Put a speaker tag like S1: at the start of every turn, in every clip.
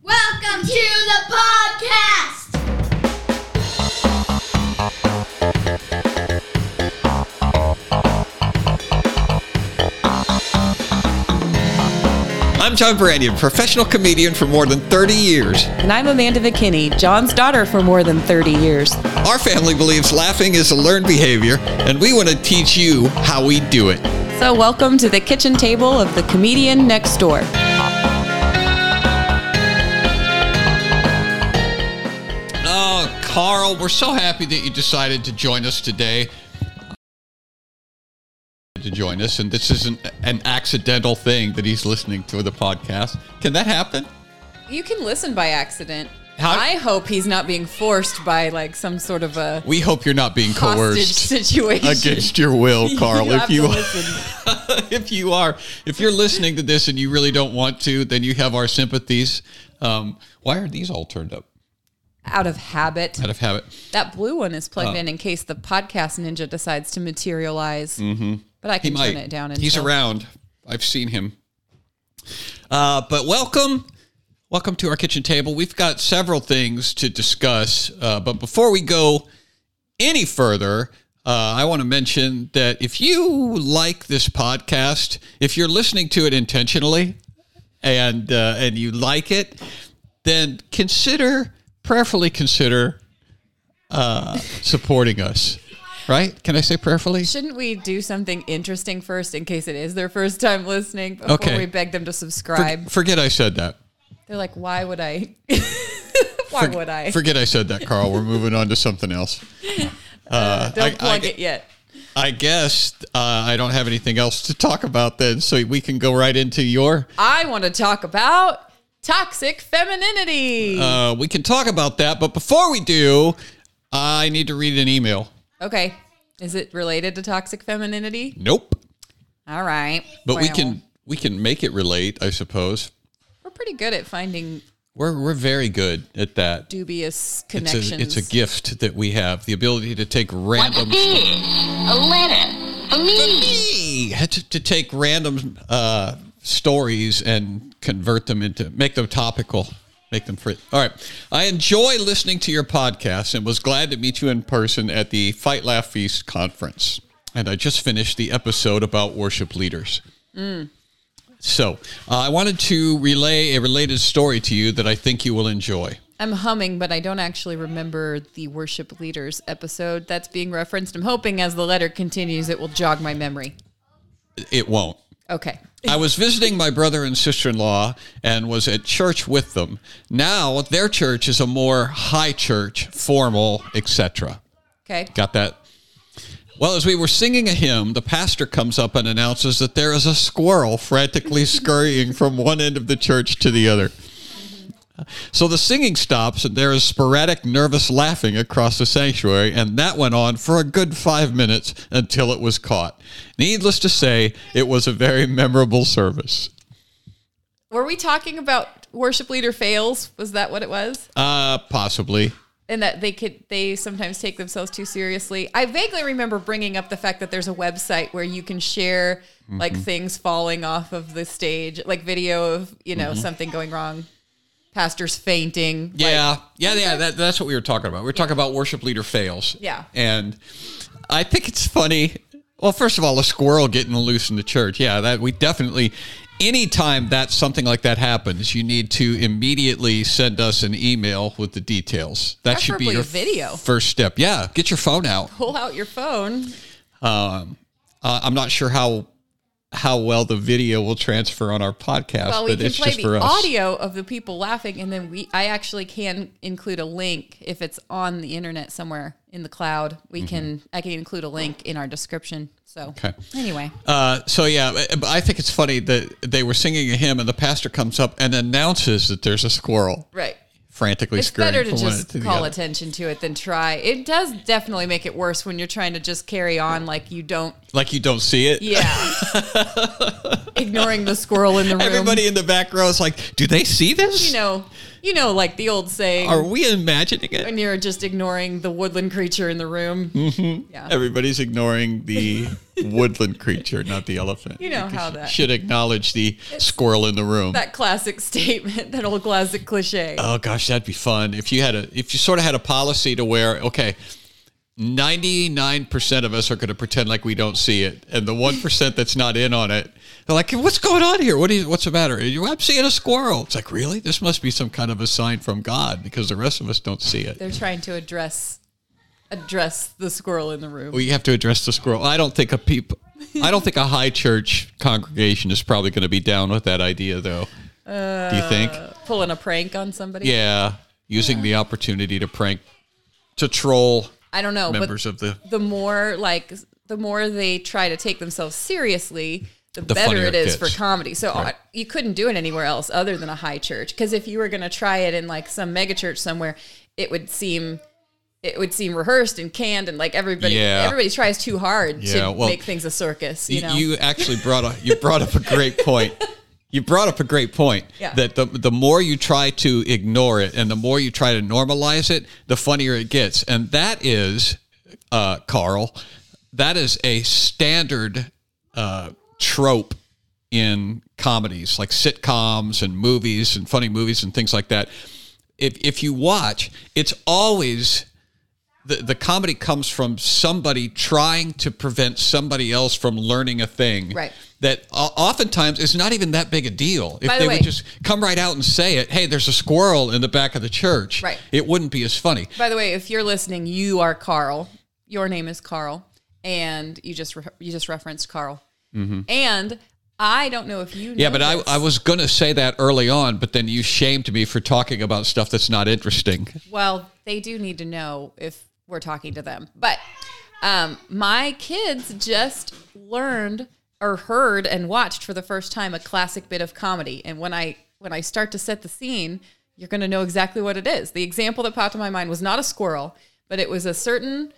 S1: Welcome to the podcast.
S2: I'm John Brandian, professional comedian for more than 30 years.
S3: And I'm Amanda Vickinney, John's daughter for more than 30 years.
S2: Our family believes laughing is a learned behavior, and we want to teach you how we do it.
S3: So, welcome to the kitchen table of the comedian next door.
S2: Oh, Carl, we're so happy that you decided to join us today. To join us, and this isn't an accidental thing that he's listening to the podcast. Can that happen?
S3: You can listen by accident.
S2: How-
S3: I hope he's not being forced by like some sort of a
S2: We hope you're not being
S3: hostage
S2: coerced
S3: situation.
S2: against your will, Carl.
S3: You
S2: if
S3: have
S2: you
S3: to listen.
S2: if you are if you're listening to this and you really don't want to, then you have our sympathies. Um, why are these all turned up
S3: out of habit,
S2: out of Oh. habit?
S3: that blue one is plugged in in case the podcast ninja decides to materialize. Mm-hmm. But I
S2: He
S3: can
S2: might.
S3: turn it down. Until,
S2: He's around. I've seen him. Uh, but welcome, welcome to our kitchen table. We've got several things to discuss, uh, but before we go any further, uh, I want to mention that if you like this podcast, if you're listening to it intentionally, and uh, and you like it, then consider prayerfully consider uh, supporting us. Right? Can I say prayerfully?
S3: Shouldn't we do something interesting first in case it is their first time listening before
S2: Okay.
S3: we beg them to subscribe?
S2: Forget I said that.
S3: They're like, why would I? why would I?
S2: Forget I said that, Carl. We're moving on to something else. Uh,
S3: Don't
S2: I,
S3: plug
S2: I-
S3: it yet.
S2: I guess uh, I don't have anything else to talk about then, so we can go right into your.
S3: I want to talk about toxic femininity.
S2: Uh, we can talk about that, but before we do, I need to read an email.
S3: okay. Is it related to toxic femininity?
S2: Nope,
S3: All right.
S2: but we
S3: Well,
S2: can we can make it relate, I suppose.
S3: We're pretty good at finding
S2: We're we're very good at that.
S3: dubious
S2: It's
S3: connections.
S2: a, it's a gift that we have the ability to take random.
S1: A letter for me.
S2: me had to, to take random uh, stories and convert them into make them topical make them free all right i enjoy listening to your podcast and was glad to meet you in person at the fight laugh feast conference and i just finished the episode about worship leaders so uh, i wanted to relay a related story to you that i think you will enjoy
S3: I'm humming, but I don't actually remember the worship leaders episode that's being referenced. I'm hoping as the letter continues, it will jog my memory.
S2: it won't
S3: Okay.
S2: I was visiting my brother and sister in law and was at church with them. Now their church is a more high church, formal, etc.
S3: Okay.
S2: Got that? Well, as we were singing a hymn, the pastor comes up and announces that there is a squirrel frantically scurrying from one end of the church to the other. So the singing stops, and there is sporadic, nervous laughing across the sanctuary, and that went on for a good five minutes until it was caught. Needless to say, it was a very memorable service.
S3: Were we talking about worship leader fails? Was that what it was?
S2: Uh, possibly.
S3: and that they could they sometimes take themselves too seriously. I vaguely remember bringing up the fact that there's a website where you can share like
S2: Mm-hmm.
S3: things falling off of the stage, like video of you know something going wrong, pastors fainting. like-
S2: Mm-hmm. Yeah, yeah, yeah. That, that's what we were talking about. We were talking about worship leader fails.
S3: Yeah.
S2: and I think it's funny. Well, first of all, a squirrel getting loose in the church. Yeah, that we definitely. Anytime that something like that happens, you need to immediately send us an email with the details. That should be
S3: Preferably
S2: your
S3: a video.
S2: first step. Yeah, get your phone out.
S3: pull out your phone.
S2: Um, uh, I'm not sure how how well the video will transfer on our podcast,
S3: Well, we
S2: but
S3: can
S2: it's
S3: play
S2: just for
S3: the
S2: us.
S3: audio of the people laughing, and then we I actually can include a link if it's on the internet somewhere in the cloud. We can I can include a link in our description. So
S2: Mm-hmm. Okay.
S3: anyway,
S2: Uh, so yeah, but- but I think it's funny that they were singing a hymn and the pastor comes up and announces that there's a squirrel
S3: right.
S2: frantically
S3: It's
S2: scurrying
S3: better to
S2: from one
S3: just
S2: to the
S3: call
S2: other.
S3: attention to it than try. It does definitely make it worse when you're trying to just carry on like you don't.
S2: Like you don't see it.
S3: Yeah. Ignoring the squirrel in the room.
S2: Everybody in the back row is like, "Do they see this?
S3: You know, you know, like the old saying,
S2: Are we imagining it?"
S3: when
S2: Mm.
S3: you're just ignoring the woodland creature in the room.
S2: Everybody's ignoring the woodland creature, not the elephant.
S3: You know how that-
S2: should acknowledge the squirrel in the room.
S3: that classic statement, that old classic cliche.
S2: Oh gosh, that'd be fun if you had a if you sort of had a policy to where okay, ninety nine percent of us are going to pretend like we don't see it, and the one percent that's not in on it, they're like, "What's going on here? What is what's the matter? You- I'm seeing a squirrel." It's like, really? This must be some kind of a sign from God because the rest of us don't see it.
S3: They're trying to address address the squirrel in the room.
S2: We have to address the squirrel. I don't think a peep. I don't think a high church congregation is probably going to be down with that idea, though. Do you think?
S3: Pulling a prank on somebody.
S2: Yeah, using the opportunity to prank, to troll
S3: I don't know,
S2: members
S3: Oh, but
S2: of the
S3: the more like the more they try to take themselves seriously, the,
S2: The
S3: better
S2: funnier
S3: it
S2: it
S3: is for
S2: gets.
S3: comedy. So
S2: Right.
S3: uh, you couldn't do it anywhere else other than a high church because if you were going to try it in like some megachurch somewhere, it would seem it would seem rehearsed and canned and like everybody
S2: Yeah.
S3: everybody tries too hard
S2: Yeah,
S3: to
S2: well,
S3: make things a circus, you
S2: you,
S3: know.
S2: you actually brought up you brought up a great point. You brought up a great point
S3: Yeah.
S2: that the the more you try to ignore it and the more you try to normalize it, the funnier it gets. And that is, uh, Carl, that is a standard uh, trope in comedies like sitcoms and movies and funny movies and things like that. If if you watch, it's always the, the comedy comes from somebody trying to prevent somebody else from learning a thing
S3: Right.
S2: that o- oftentimes is not even that big a deal if
S3: By the
S2: they
S3: way-
S2: would just come right out and say it hey there's a squirrel in the back of the church
S3: Right.
S2: it wouldn't be as funny
S3: By the way, if you're listening, you are Carl. Your name is Carl, and you just re- you just referenced Carl. And I don't know if you.
S2: Mm-hmm. yeah
S3: know
S2: but I,
S3: this.
S2: I was going to say that early on but then you shamed me for talking about stuff that's not interesting
S3: Well, they do need to know if we're talking to them. But um, my kids just learned or heard and watched for the first time a classic bit of comedy. And when I when I start to set the scene, you're going to know exactly what it is. The example that popped in my mind was not a squirrel, but it was a certain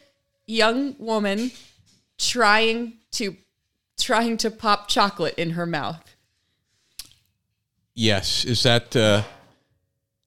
S3: young woman trying to trying to pop chocolate in her mouth.
S2: yes is that uh,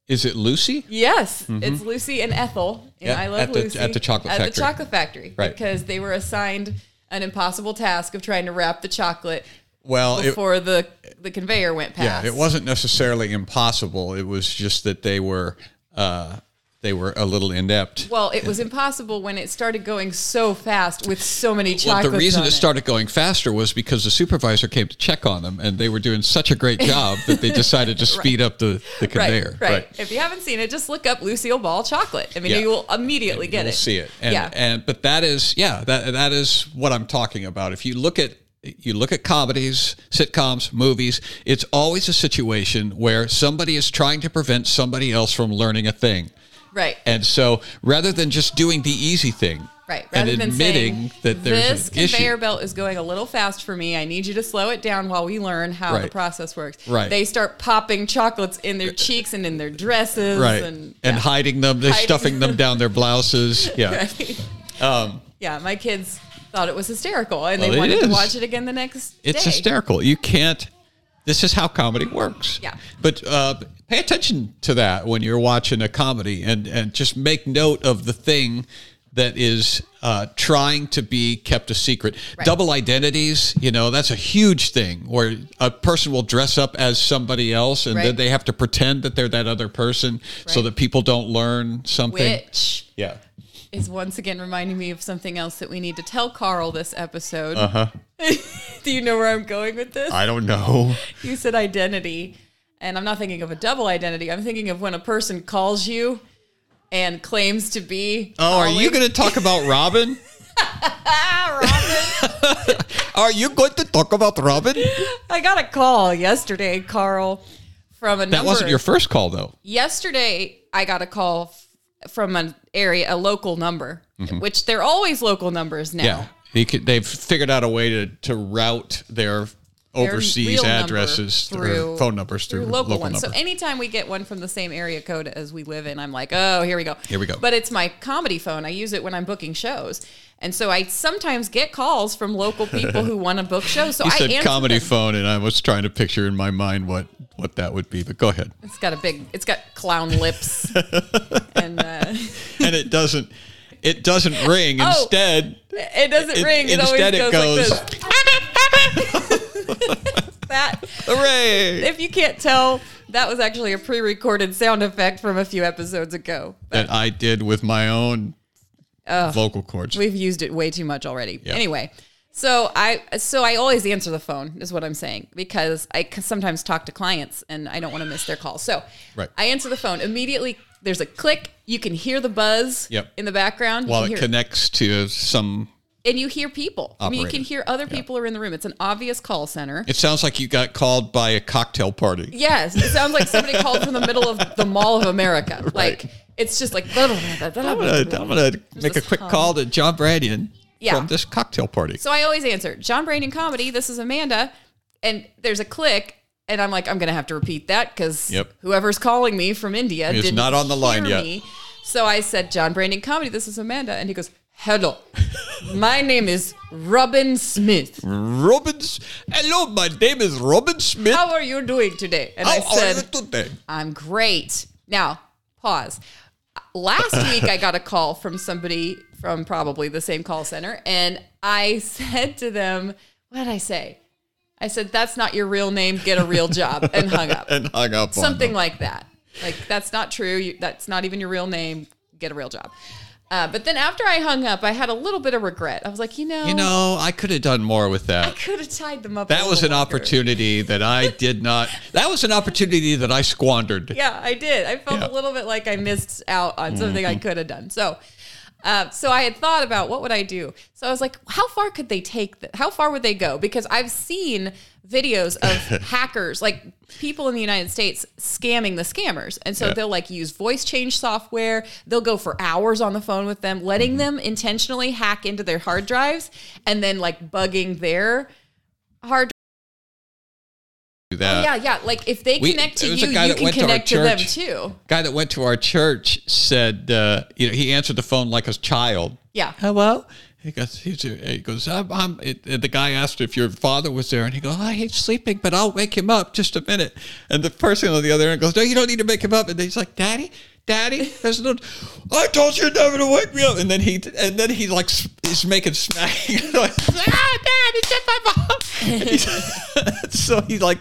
S2: is it lucy
S3: Yes, it's Lucy and Ethel in
S2: Mm-hmm. Yeah,
S3: I Love
S2: at the-
S3: Lucy
S2: at the chocolate
S3: at the
S2: factory.
S3: chocolate factory
S2: Right.
S3: because they were assigned an impossible task of trying to wrap the chocolate
S2: well it-
S3: before the the conveyor went
S2: Yeah,
S3: past.
S2: it wasn't necessarily impossible. It was just that they were uh, they were a little inept.
S3: Well, it was impossible when it started going so fast with so many
S2: Well,
S3: chocolates.
S2: the reason
S3: on
S2: it started going faster was because the supervisor came to check on them, and they were doing such a great job that they decided to speed up the, the
S3: Right,
S2: conveyor.
S3: right, If you haven't seen it, just look up Lucille Ball chocolate. I mean,
S2: Yeah.
S3: you will immediately get
S2: You'll
S3: it.
S2: see it. And,
S3: yeah.
S2: and but that is yeah that that is what I'm talking about. If you look at you look at comedies, sitcoms, movies, it's always a situation where somebody is trying to prevent somebody else from learning a thing.
S3: right.
S2: And so rather than just doing the easy thing
S3: Right.
S2: and
S3: Rather than
S2: admitting
S3: saying,
S2: that there's
S3: this
S2: an
S3: conveyor
S2: issue.
S3: belt is going a little fast for me. I need you to slow it down while we learn how the
S2: Right.
S3: process works.
S2: Right.
S3: They start popping chocolates in their cheeks and in their dresses.
S2: Right.
S3: And,
S2: And, hiding them, they're
S3: Hiding
S2: stuffing them down their blouses. Yeah.
S3: yeah, my kids thought it was hysterical and
S2: Um, Well,
S3: they
S2: it
S3: wanted to
S2: is.
S3: watch it again the next
S2: It's
S3: day.
S2: hysterical. You can't. This is how comedy works.
S3: Yeah.
S2: But uh, pay attention to that when you're watching a comedy, and and just make note of the thing that is uh, trying to be kept a secret. Double identities, you know, that's a huge thing where a person will dress up as somebody else, and then
S3: Right.
S2: they have to pretend that they're that other person, so
S3: Right.
S2: that people don't learn something.
S3: Which
S2: Yeah.
S3: is once again reminding me of something else that we need to tell Carl this episode.
S2: Uh-huh.
S3: Do you know where I'm going with this?
S2: I don't know.
S3: you said identity, and I'm not thinking of a double identity. I'm thinking of when a person calls you and claims to be.
S2: Oh, are you
S3: Ollie.
S2: going to talk about Robin?
S3: Ah, Robin.
S2: Are you going to talk about Robin?
S3: I got a call yesterday, Carl, from a
S2: That wasn't your first call, though.
S3: yesterday I got a call f- from an area, a local number, which they're always local numbers now.
S2: Mm-hmm. Yeah, he could, they've figured out a way to, to route their overseas
S3: real number
S2: addresses through,
S3: through-
S2: phone numbers
S3: They're
S2: through,
S3: local,
S2: local,
S3: ones.
S2: number.
S3: So anytime we get one from the same area code as we live in, I'm like, oh, here we go.
S2: Here we go.
S3: But it's my comedy phone. I use it when I'm booking shows. And so I sometimes get calls from local people who want to book shows. So
S2: he
S3: I
S2: said
S3: answer
S2: comedy
S3: them.
S2: phone, and I was trying to picture in my mind what what that would be. But go ahead,
S3: It's got a big, it's got clown lips. and uh,
S2: and it doesn't. It, it doesn't ring.
S3: Oh,
S2: Instead,
S3: It doesn't
S2: it-
S3: ring. It always
S2: instead
S3: goes,
S2: it
S3: like this. that
S2: hooray!
S3: if you can't tell, that was actually a pre-recorded sound effect from a few episodes ago.
S2: That I did with my own
S3: Oh.
S2: vocal cords.
S3: We've used it way too much already.
S2: Yeah.
S3: Anyway, so I so I always answer the phone is what I'm saying because I c- sometimes talk to clients and I don't want to miss their call. So
S2: Right.
S3: I answer the phone immediately. There's a click. You can hear the buzz
S2: Yep.
S3: in the background. You
S2: While
S3: can
S2: it
S3: hear-
S2: connects to some,
S3: and you hear people. I mean, you
S2: Operator.
S3: can hear other people are in the room. It's an obvious call center.
S2: it sounds like you got called by a cocktail party.
S3: Yes, it sounds like somebody called from the middle of the Mall of America.
S2: Right.
S3: Like it's just like
S2: I'm gonna, I'm gonna make a
S3: this
S2: quick
S3: hum.
S2: call to John Bradian
S3: Yeah.
S2: from this cocktail party.
S3: So I always answer John Brandon comedy. This is Amanda, and there's a click, and I'm like, I'm gonna have to repeat that because
S2: Yep.
S3: whoever's calling me from India
S2: It's
S3: didn't
S2: not on the line
S3: hear
S2: yet.
S3: me. So I said John Brandon comedy. This is Amanda, and he goes, Hello, my name is Robin Smith.
S2: Robin's, hello, my name is Robin Smith.
S3: How are you doing today? And I
S2: How are
S3: said,
S2: you today?
S3: I'm great. Now, pause. Last week, I got a call from somebody from probably the same call center, and I said to them, What did I say? I said, That's not your real name. Get a real job, and hung up.
S2: And hung up on
S3: Something
S2: them.
S3: like that. Like, that's not true. You, that's not even your real name. Get a real job. Uh, but then after I hung up, I had a little bit of regret. I was like, You know,
S2: You know, I could have done more with
S3: I
S2: that.
S3: could have tied them up. a
S2: That was an
S3: little longer.
S2: opportunity that I did not. That was an opportunity that I squandered.
S3: yeah, I did. I felt
S2: Yeah. Mm-hmm.
S3: a little bit like I missed out on something I could have done. So, uh, so I had thought about what would I do. So I was like, how far could they take? Th- how far would they go? Because I've seen videos of hackers, like people in the United States, scamming the scammers, and so
S2: Yeah.
S3: they'll like use voice change software. They'll go for hours on the phone with them, letting
S2: Mm-hmm.
S3: them intentionally hack into their hard drives, and then like bugging their hard.
S2: Do that.
S3: Oh, Yeah, yeah. Like if they
S2: we-
S3: connect to
S2: there was
S3: you,
S2: a guy
S3: you
S2: that
S3: can
S2: went to our
S3: connect to them
S2: church.
S3: too.
S2: Guy that went to our church said, uh, you know, he answered the phone like a child.
S3: Yeah.
S2: Hello. He goes. He's, he goes. I'm. I'm it, and the guy asked if your father was there, and he goes, oh, "He's sleeping, but I'll wake him up just a minute." And the person on the other end goes, "No, you don't need to wake him up." And he's like, "Daddy, Daddy, there's no. I told you never to wake me up." And then he. And then he like s- is making smacking noise. ah, Dad, it's just my mom. And he's- so he like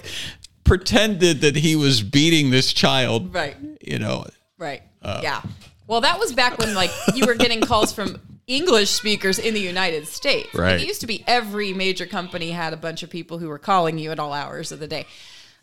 S2: pretended that he was beating this child.
S3: Right.
S2: You know.
S3: Right.
S2: Uh.
S3: yeah. Well, that was back when like you were getting calls from English speakers in the United States. Like,
S2: Right.
S3: It used to be every major company had a bunch of people who were calling you at all hours of the day.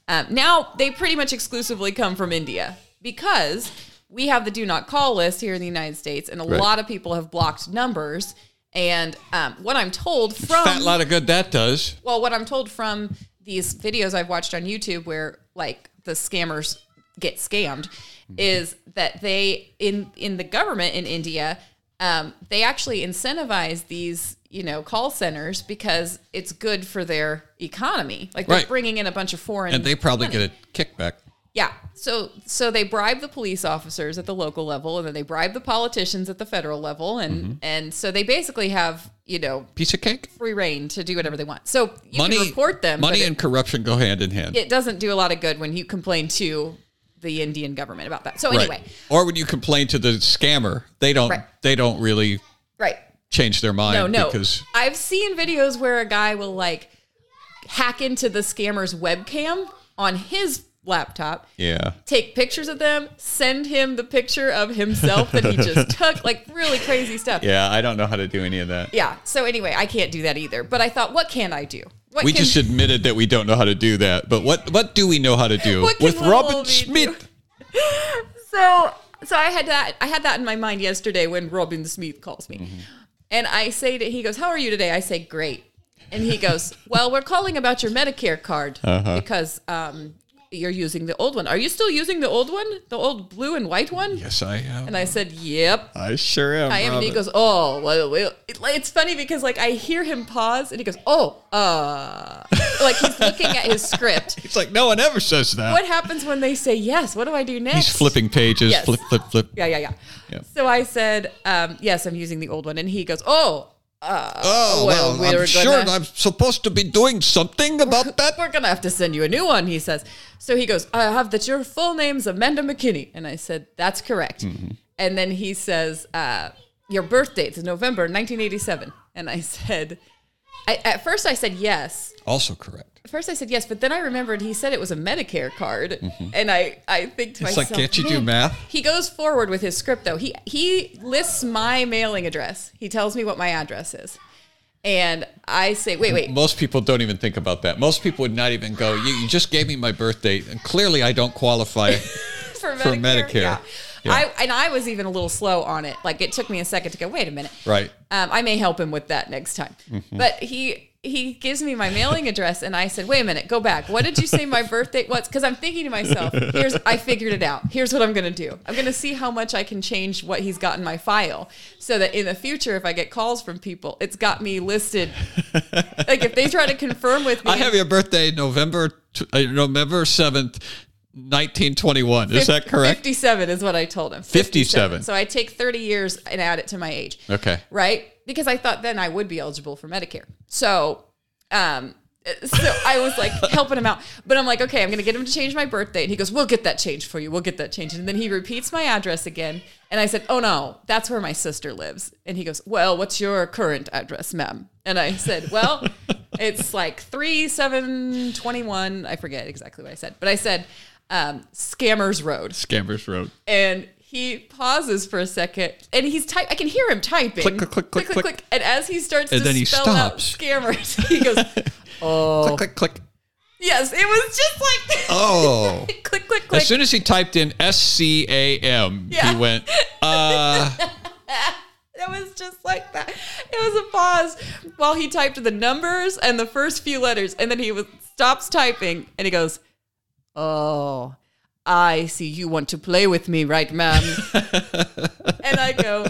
S3: Um, now they pretty much exclusively come from India because we have the do not call list here in the United States, and a
S2: Right.
S3: lot of people have blocked numbers. And um, what I'm told from
S2: Fat lot of good that does.
S3: well, what I'm told from these videos I've watched on YouTube where like the scammers get scammed
S2: Mm-hmm.
S3: is that they in in the government in India, um, they actually incentivize these you know call centers because it's good for their economy. Like they're
S2: Right.
S3: bringing in a bunch of foreign
S2: And they probably get a kickback.
S3: yeah. So so they bribe the police officers at the local level and then they bribe the politicians at the federal level and
S2: Mm-hmm.
S3: and so they basically have, you know,
S2: Piece of cake.
S3: free reign to do whatever they want. So you can report them. but
S2: Money
S3: it-
S2: and corruption go hand in hand.
S3: it doesn't do a lot of good when you complain to the Indian government about that. So
S2: Right.
S3: anyway,
S2: Or when you complain to the scammer, they don't
S3: Right.
S2: they don't really
S3: right.
S2: change their mind
S3: No, no.
S2: because
S3: I've seen videos where a guy will like hack into the scammer's webcam on his laptop,
S2: yeah.
S3: take pictures of them, send him the picture of himself that he just took, like really crazy stuff.
S2: Yeah, I don't know how to do any of that.
S3: Yeah. So anyway, I can't do that either. But I thought, what can I do? What
S2: We
S3: can,
S2: just admitted that we don't know how to do that. But what what do we know how to do?
S3: What can
S2: With
S3: little
S2: Robin
S3: old me
S2: Smith.
S3: So so I had that I had that in my mind yesterday when Robin Smith calls me.
S2: Mm-hmm.
S3: And I say to he goes, How are you today? I say, Great. And he goes, Well, we're calling about your Medicare card
S2: Uh-huh.
S3: because um you're using the old one. Are you still using the old one? The old blue and white one?
S2: Yes, I am.
S3: And I said, Yep.
S2: I sure am.
S3: I am. And he
S2: Robin.
S3: goes, Oh, well, well. It- like, it's funny because like I hear him pause and he goes, Oh, uh like he's looking at his script.
S2: It's like no one ever says that.
S3: What happens when they say yes? What do I do next?
S2: He's flipping pages,
S3: Yes.
S2: flip, flip, flip.
S3: Yeah, yeah, yeah.
S2: Yeah.
S3: So I said, um, yes, I'm using the old one. And he goes, oh,
S2: Oh
S3: well,
S2: well,
S3: we
S2: I'm
S3: were
S2: sure
S3: gonna-
S2: I'm supposed to be doing something about that.
S3: we're going to have to send you a new one, he says. So he goes, I have that your full name's Amanda McKinney. And I said, that's correct. And then he says, uh, your birth date is November 1987. And I said, I, at first I said yes.
S2: Also correct.
S3: At first I said yes, but then I remembered he said it was a Medicare card. And I, I think to
S2: Mm-hmm. It's like,
S3: myself,
S2: can't you do
S3: "Man,
S2: math?
S3: He goes forward with his script though. He, he lists my mailing address. He tells me what my address is. And I say, wait, wait,
S2: Most people don't even think about that. Most people would not even go, you, you just gave me my birth date, and clearly I don't qualify.
S3: for Medicare.
S2: For Medicare.
S3: Yeah.
S2: Yeah.
S3: I, and I was even a little slow on it. Like it took me a second to go, wait a minute.
S2: right.
S3: Um, I may help him with that next time. But he he gives me my mailing address, and I said, "Wait a minute, go back. What did you say my birthday was?" Because I'm thinking to myself, "Here's I figured it out. Here's what I'm going to do. I'm going to see how much I can change what he's got in my file, so that in the future, if I get calls from people, it's got me listed. like if they try to confirm with me,
S2: I have your birthday November tw- uh, November 7th, 1921. Is that correct?
S3: 57 is what I told him.
S2: 57.
S3: So I take 30 years and add it to my age.
S2: Okay.
S3: Right? Because I thought then I would be eligible for Medicare. So, um, so I was like helping him out, but I'm like, okay, I'm gonna get him to change my birthday, and he goes, "We'll get that changed for you. We'll get that changed." And then he repeats my address again, and I said, "Oh no, that's where my sister lives." And he goes, "Well, what's your current address, ma'am?" And I said, "Well, it's like three seven twenty one. I forget exactly what I said, but I said." Um, Scammers Road
S2: Scammers Road.
S3: and he pauses for a second and he's type I can hear him typing.
S2: Click, click, click, click, click.
S3: And as he starts
S2: And
S3: to
S2: then he
S3: spell
S2: stops.
S3: out scammers, he goes, Oh.
S2: Click, click, click.
S3: Yes, it was just like this.
S2: Oh.
S3: click, click, click.
S2: As soon as he typed in S C A M,
S3: Yeah. Oh,
S2: he went,
S3: it was just like that. It was a pause while he typed the numbers and the first few letters, and then he was, stops typing and he goes, "Oh, I see you want to play with me, right, ma'am?" and I go,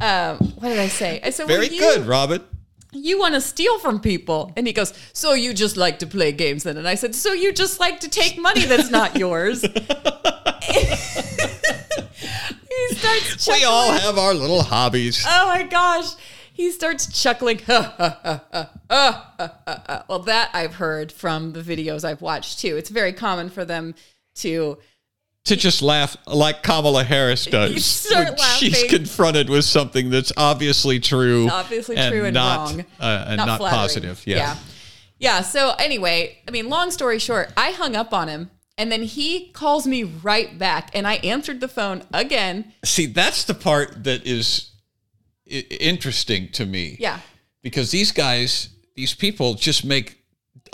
S3: um, "What did I say?" I said, "Well,
S2: very
S3: you-
S2: good, Robin.
S3: you want to steal from people. And he goes, So you just like to play games then? And I said, So you just like to take money that's not yours. he starts chuckling.
S2: We all have our little hobbies.
S3: Oh my gosh. He starts chuckling. "Ha, ha, ha, ha, ha, ha, ha, ha." well, that I've heard from the videos I've watched too. It's very common for them to
S2: to just laugh like Kamala Harris does
S3: You start
S2: when she's
S3: laughing.
S2: confronted with something that's obviously true,
S3: obviously true and
S2: not,
S3: wrong,
S2: uh, and not,
S3: flattering.
S2: positive. Yeah.
S3: yeah, Yeah, So anyway, I mean, long story short, I hung up on him, and then he calls me right back, and I answered the phone again.
S2: See, that's the part that is I- interesting to me.
S3: Yeah,
S2: because these guys, these people, just make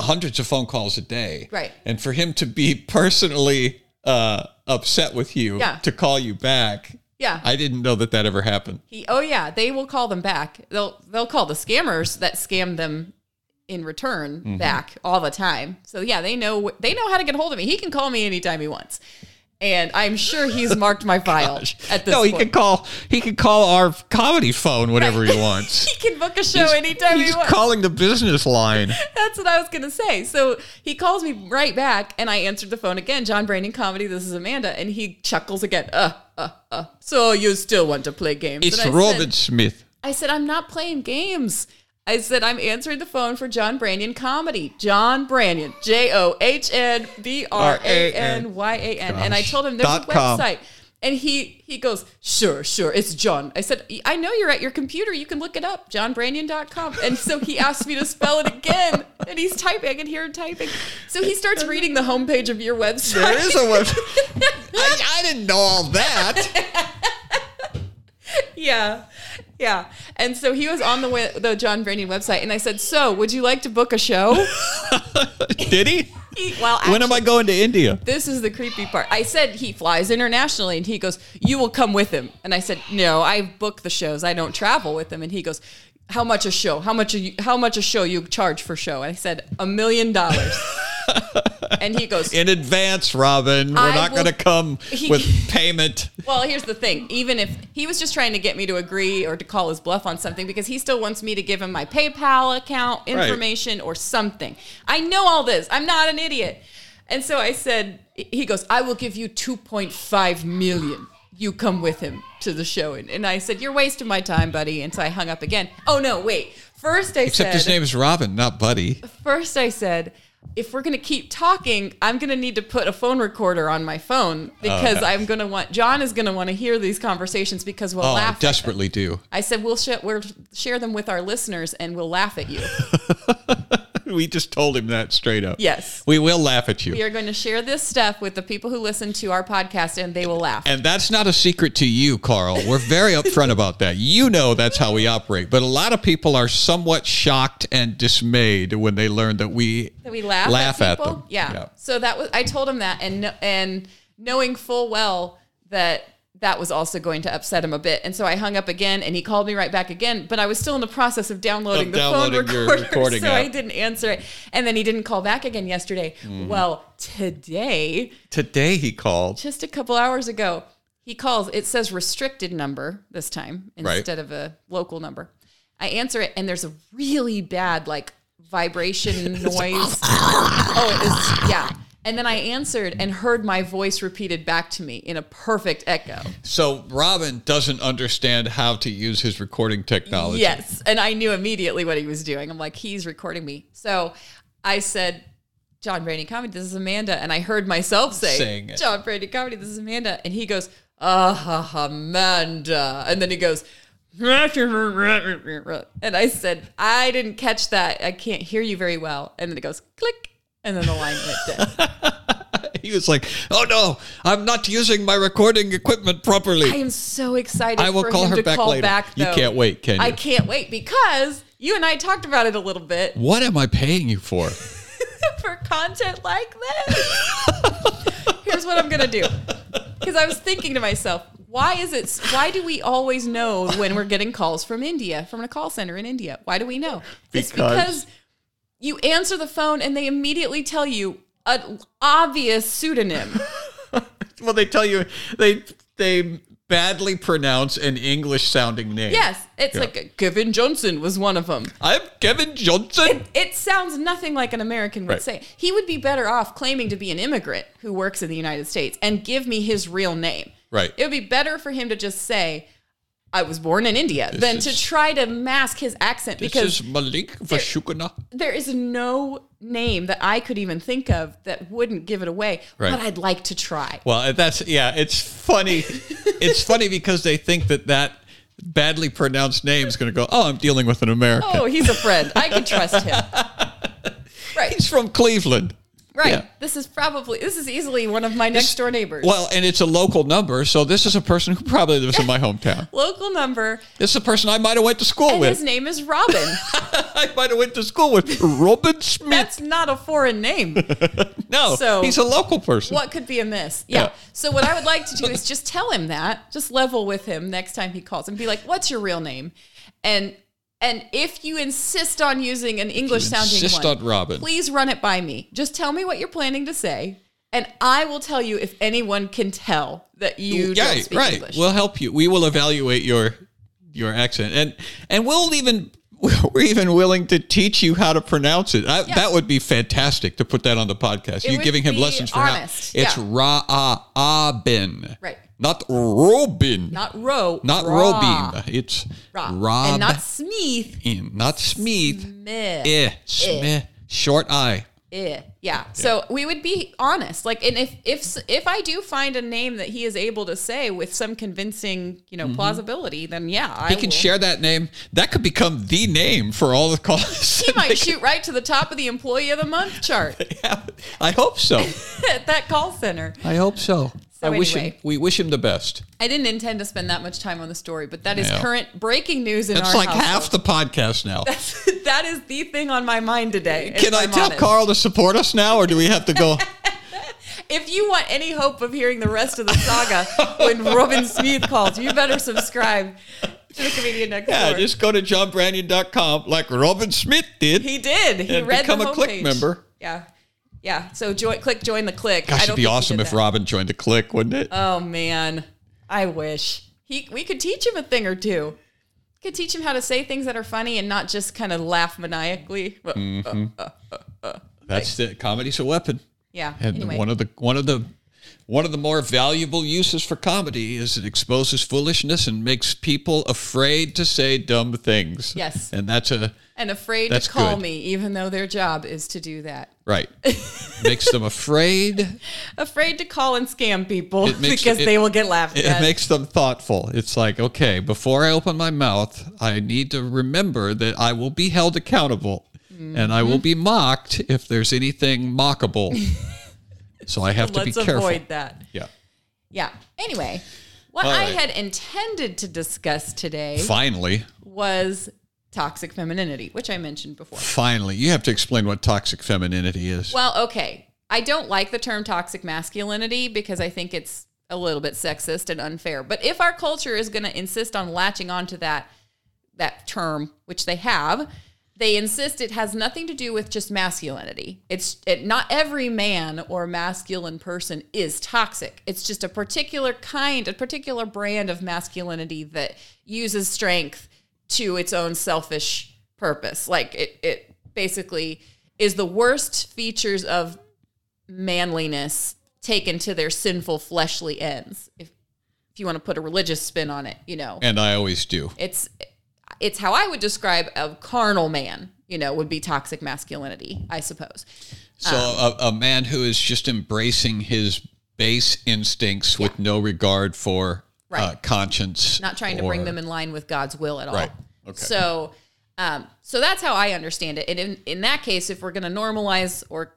S2: hundreds of phone calls a day.
S3: Right.
S2: And for him to be personally uh, upset with you
S3: Yeah.
S2: to call you back,
S3: yeah.
S2: I didn't know that that ever happened.
S3: he, oh yeah, they will call them back. They'll they'll call the scammers that scam them in return
S2: Mm-hmm.
S3: back all the time. So yeah, they know wh- they know how to get hold of me. He can call me anytime he wants. And I'm sure he's marked my file at this
S2: Oh no, he
S3: point.
S2: can call. He can call our comedy phone whenever he wants.
S3: he can book a show anytime
S2: He's
S3: he wants.
S2: calling the business line.
S3: That's what I was gonna say. So he calls me right back, and I answered the phone again. John Brandon comedy. This is Amanda, and he chuckles again. Uh, uh, uh. So you still want to play games?
S2: It's
S3: And I
S2: Robin
S3: Said,
S2: Smith.
S3: I said I'm not playing games. I said I'm answering the phone for John Brandon comedy. John Brandon, J O H N B R A N Y A N, and I told him there's a
S2: Dot com.
S3: website. And he he goes, sure, sure, it's John. I said, I know you're at your computer. You can look it up, johnbranion.com. And so he asked me to spell it again. And he's typing. I can hear him typing. So he starts reading the homepage of your website.
S2: There is a web. I, I didn't know all that.
S3: yeah. Yeah. And so he was on the, we- the John Branion website. And I said, so would you like to book a show?
S2: Did he?
S3: He- well,
S2: When am
S3: actually-
S2: I going to India?
S3: this is the creepy part. I said he flies internationally, and he goes, "You will come with him." And I said, "No, I book the shows. I don't travel with him." And he goes, "How much a show? How much? A, you- how much a show you charge for show?" And I said, "A million dollars." And he goes,
S2: In advance, Robin. We're
S3: I
S2: not
S3: will-
S2: going to come
S3: He-
S2: with payment.
S3: Well, here's the thing. Even if he was just trying to get me to agree or to call his bluff on something, because he still wants me to give him my PayPal account information or something. I know all this. I'm not an idiot. And so I said, he goes, I will give you 2.5 million. You come with him to the show. And, and I said, You're wasting my time, buddy. And so I hung up again. Oh, no, wait. First, I
S2: Except
S3: said,
S2: his name is Robin, not Buddy.
S3: First, I said, if we're going to keep talking, I'm going to need to put a phone recorder on my phone because
S2: Oh, okay.
S3: I'm going to want, John is going to want to hear these conversations because we'll
S2: Oh, I
S3: laugh. at them.
S2: desperately do.
S3: I said, we'll, sh- we'll share them with our listeners and we'll laugh at you.
S2: We just told him that straight up.
S3: Yes.
S2: We will laugh at you.
S3: We are going to share this stuff with the people who listen to our podcast and they will laugh.
S2: And that's not a secret to you, Carl. We're very upfront about that. You know that's how we operate. But a lot of people are somewhat shocked and dismayed when they learn that we
S3: That we laugh,
S2: laugh at,
S3: people?
S2: them.
S3: Yeah. So that was I told him that and kn- and knowing full well that that was also going to upset him a bit. And so I hung up again and he called me right back again, but I was still in the process of downloading
S2: Of
S3: the
S2: downloading
S3: phone
S2: your
S3: recorder.
S2: recording
S3: so I
S2: app. Mm-hmm.
S3: didn't answer it. And then he didn't call back again yesterday. Well, today,
S2: Today he called.
S3: just a couple hours ago, he calls. It says restricted number this time
S2: Right.
S3: instead of a local number. I answer it, and there's a really bad like vibration noise. oh, it is yeah. And then I answered and heard my voice repeated back to me in a perfect echo.
S2: So Robin doesn't understand how to use his recording technology.
S3: Yes, and I knew immediately what he was doing. I'm like, he's recording me. So I said, John Brady Comedy, this is Amanda, and I heard myself say,
S2: Saying it.
S3: John Brady Comedy, this is Amanda, and he goes, Ah, Amanda, and then he goes. And I said, I didn't catch that. I can't hear you very well. And then it goes click, and then the line went dead.
S2: He was like, "Oh no, I'm not using my recording equipment properly."
S3: I am so excited.
S2: I will
S3: for
S2: call
S3: him
S2: her
S3: to
S2: back
S3: call
S2: later.
S3: Back,
S2: You
S3: though.
S2: can't wait, can
S3: I
S2: you?
S3: can't wait because you and I talked about it a little bit.
S2: what am I paying you for?
S3: for content like this. Here's what I'm gonna do. Because I was thinking to myself, why is it? Why do we always know when we're getting calls from India, from a call center in India? Why do we know? It's
S2: Because-
S3: because you answer the phone and they immediately tell you an obvious pseudonym.
S2: well, they tell you they they badly pronounce an English sounding name.
S3: Yes, it's
S2: Yeah.
S3: like Kevin Johnson was one of them.
S2: I'm Kevin Johnson.
S3: It sounds nothing like an American would
S2: Right.
S3: say. He would be better off claiming to be an immigrant who works in the United States and give me his real name.
S2: Right.
S3: It would be better for him to just say, I was born in India than
S2: is-
S3: to try to mask his accent because
S2: this is Malik Vashukana.
S3: there is no name that I could even think of that wouldn't give it away.
S2: Right.
S3: But I'd like to try.
S2: Well, uh, that's yeah. It's funny. it's funny because they think that that badly pronounced name is going to go. Oh, I'm dealing with an American.
S3: Oh, he's a friend. I can trust him. Right.
S2: He's from Cleveland.
S3: Right.
S2: Yeah.
S3: This is probably this is easily one of my next door neighbors.
S2: Well, and it's a local number, so this is a person who probably lives in my hometown.
S3: Local number.
S2: This is a person I might have went to school
S3: And
S2: with.
S3: his name is Robin.
S2: I might have went to school with Robin Smith.
S3: That's not a foreign name.
S2: no,
S3: so-
S2: he's a local person.
S3: What could be amiss? Yeah.
S2: Yeah.
S3: So what I would like to do is just tell him that, just level with him next time he calls and be like, "What's your real name?" And and if you insist on using an English sounding
S2: insist
S3: one,
S2: on Robin.
S3: please run it by me. Just tell me what you're planning to say, and I will tell you if anyone can tell that you
S2: yeah,
S3: don't speak
S2: right.
S3: English.
S2: We'll help you. We will evaluate your your accent, and and we'll even we're even willing to teach you how to pronounce it. I, That would be fantastic to put that on the podcast.
S3: It
S2: you
S3: would
S2: giving him
S3: be
S2: lessons for how
S3: honest,
S2: it's
S3: yeah.
S2: ra ah ah bin,
S3: Right.
S2: Not Robin, not,
S3: not Ro,
S2: not
S3: Ra.
S2: Robin. It's
S3: Ra.
S2: Rob
S3: and not Smith.
S2: in, not Smith.
S3: Meh.
S2: Eh, Smith, short I.
S3: Eh. Yeah. So we would be honest. Like, and if if if I do find a name that he is able to say with some convincing, you know, plausibility, then yeah, I
S2: Mm-hmm. He can
S3: will.
S2: share that name. That could become the name for all the calls.
S3: He might shoot right to the top of the employee of the month chart
S2: I hope so.
S3: at that call center.
S2: I hope so. I
S3: So
S2: wish him,
S3: anyway.
S2: we wish him the best.
S3: I didn't intend to spend that much time on the story, but that is
S2: Yeah.
S3: current breaking news in
S2: That's
S3: our
S2: like half the podcast now.
S3: half. that is the thing on my mind today. if
S2: Can I
S3: I'm
S2: tell
S3: honest.
S2: Carl to support us now, or do we have to go?
S3: If you want any hope of hearing the rest of the saga when Robin Smith calls, you better subscribe to the comedian next
S2: yeah,
S3: door.
S2: just go to johnbranion.com like Robin Smith did.
S3: He did. He
S2: And
S3: read
S2: become
S3: the
S2: a Click
S3: homepage.
S2: member.
S3: Yeah, yeah. So join, click, join the click.
S2: Gosh, it'd be
S3: think he
S2: awesome
S3: did
S2: if
S3: that.
S2: Robin joined the click, wouldn't it?
S3: Oh man, I wish he. We could teach him a thing or two. Could teach him how to say things that are funny and not just kind of laugh maniacally. But,
S2: Mm. That's it. Comedy's a weapon.
S3: yeah.
S2: And
S3: anyway,
S2: one of the one of the One of the more valuable uses for comedy is it exposes foolishness and makes people afraid to say dumb things.
S3: Yes.
S2: And that's a
S3: and afraid
S2: That's
S3: to call
S2: good.
S3: me, even though their job is to do that.
S2: right. makes them afraid.
S3: Afraid to call and scam people
S2: It makes-
S3: because
S2: it-
S3: they will get laughed
S2: It
S3: at.
S2: makes them thoughtful. It's like, okay, before I open my mouth, I need to remember that I will be held accountable and I will
S3: Mm-hmm.
S2: be mocked if there's anything mockable. so I have to be
S3: Let's
S2: careful.
S3: avoid that.
S2: Yeah.
S3: Yeah. Anyway, what
S2: All
S3: I
S2: right.
S3: had intended to discuss today
S2: Finally,
S3: was toxic femininity, which I mentioned before.
S2: finally, you have to explain what toxic femininity is.
S3: Well, okay. I don't like the term toxic masculinity because I think it's a little bit sexist and unfair. But if our culture is going to insist on latching onto that that term, which they have, they insist it has nothing to do with just masculinity. It's it, not every man or masculine person is toxic. It's just a particular kind, a particular brand of masculinity that uses strength to its own selfish purpose. Like it, it basically is the worst features of manliness taken to their sinful fleshly ends. If if you want to put a religious spin on it, you know
S2: and I always do.
S3: it's it's how I would describe a carnal man, you know, would be toxic masculinity, I suppose.
S2: So
S3: Ah.
S2: a, a man who is just embracing his base instincts with no regard for uh,
S3: Right.
S2: conscience,
S3: Not trying to
S2: or-
S3: bring them in line with God's will at all.
S2: Right. Okay.
S3: So um, so that's how I understand it. And in, in that case, if we're gonna normalize or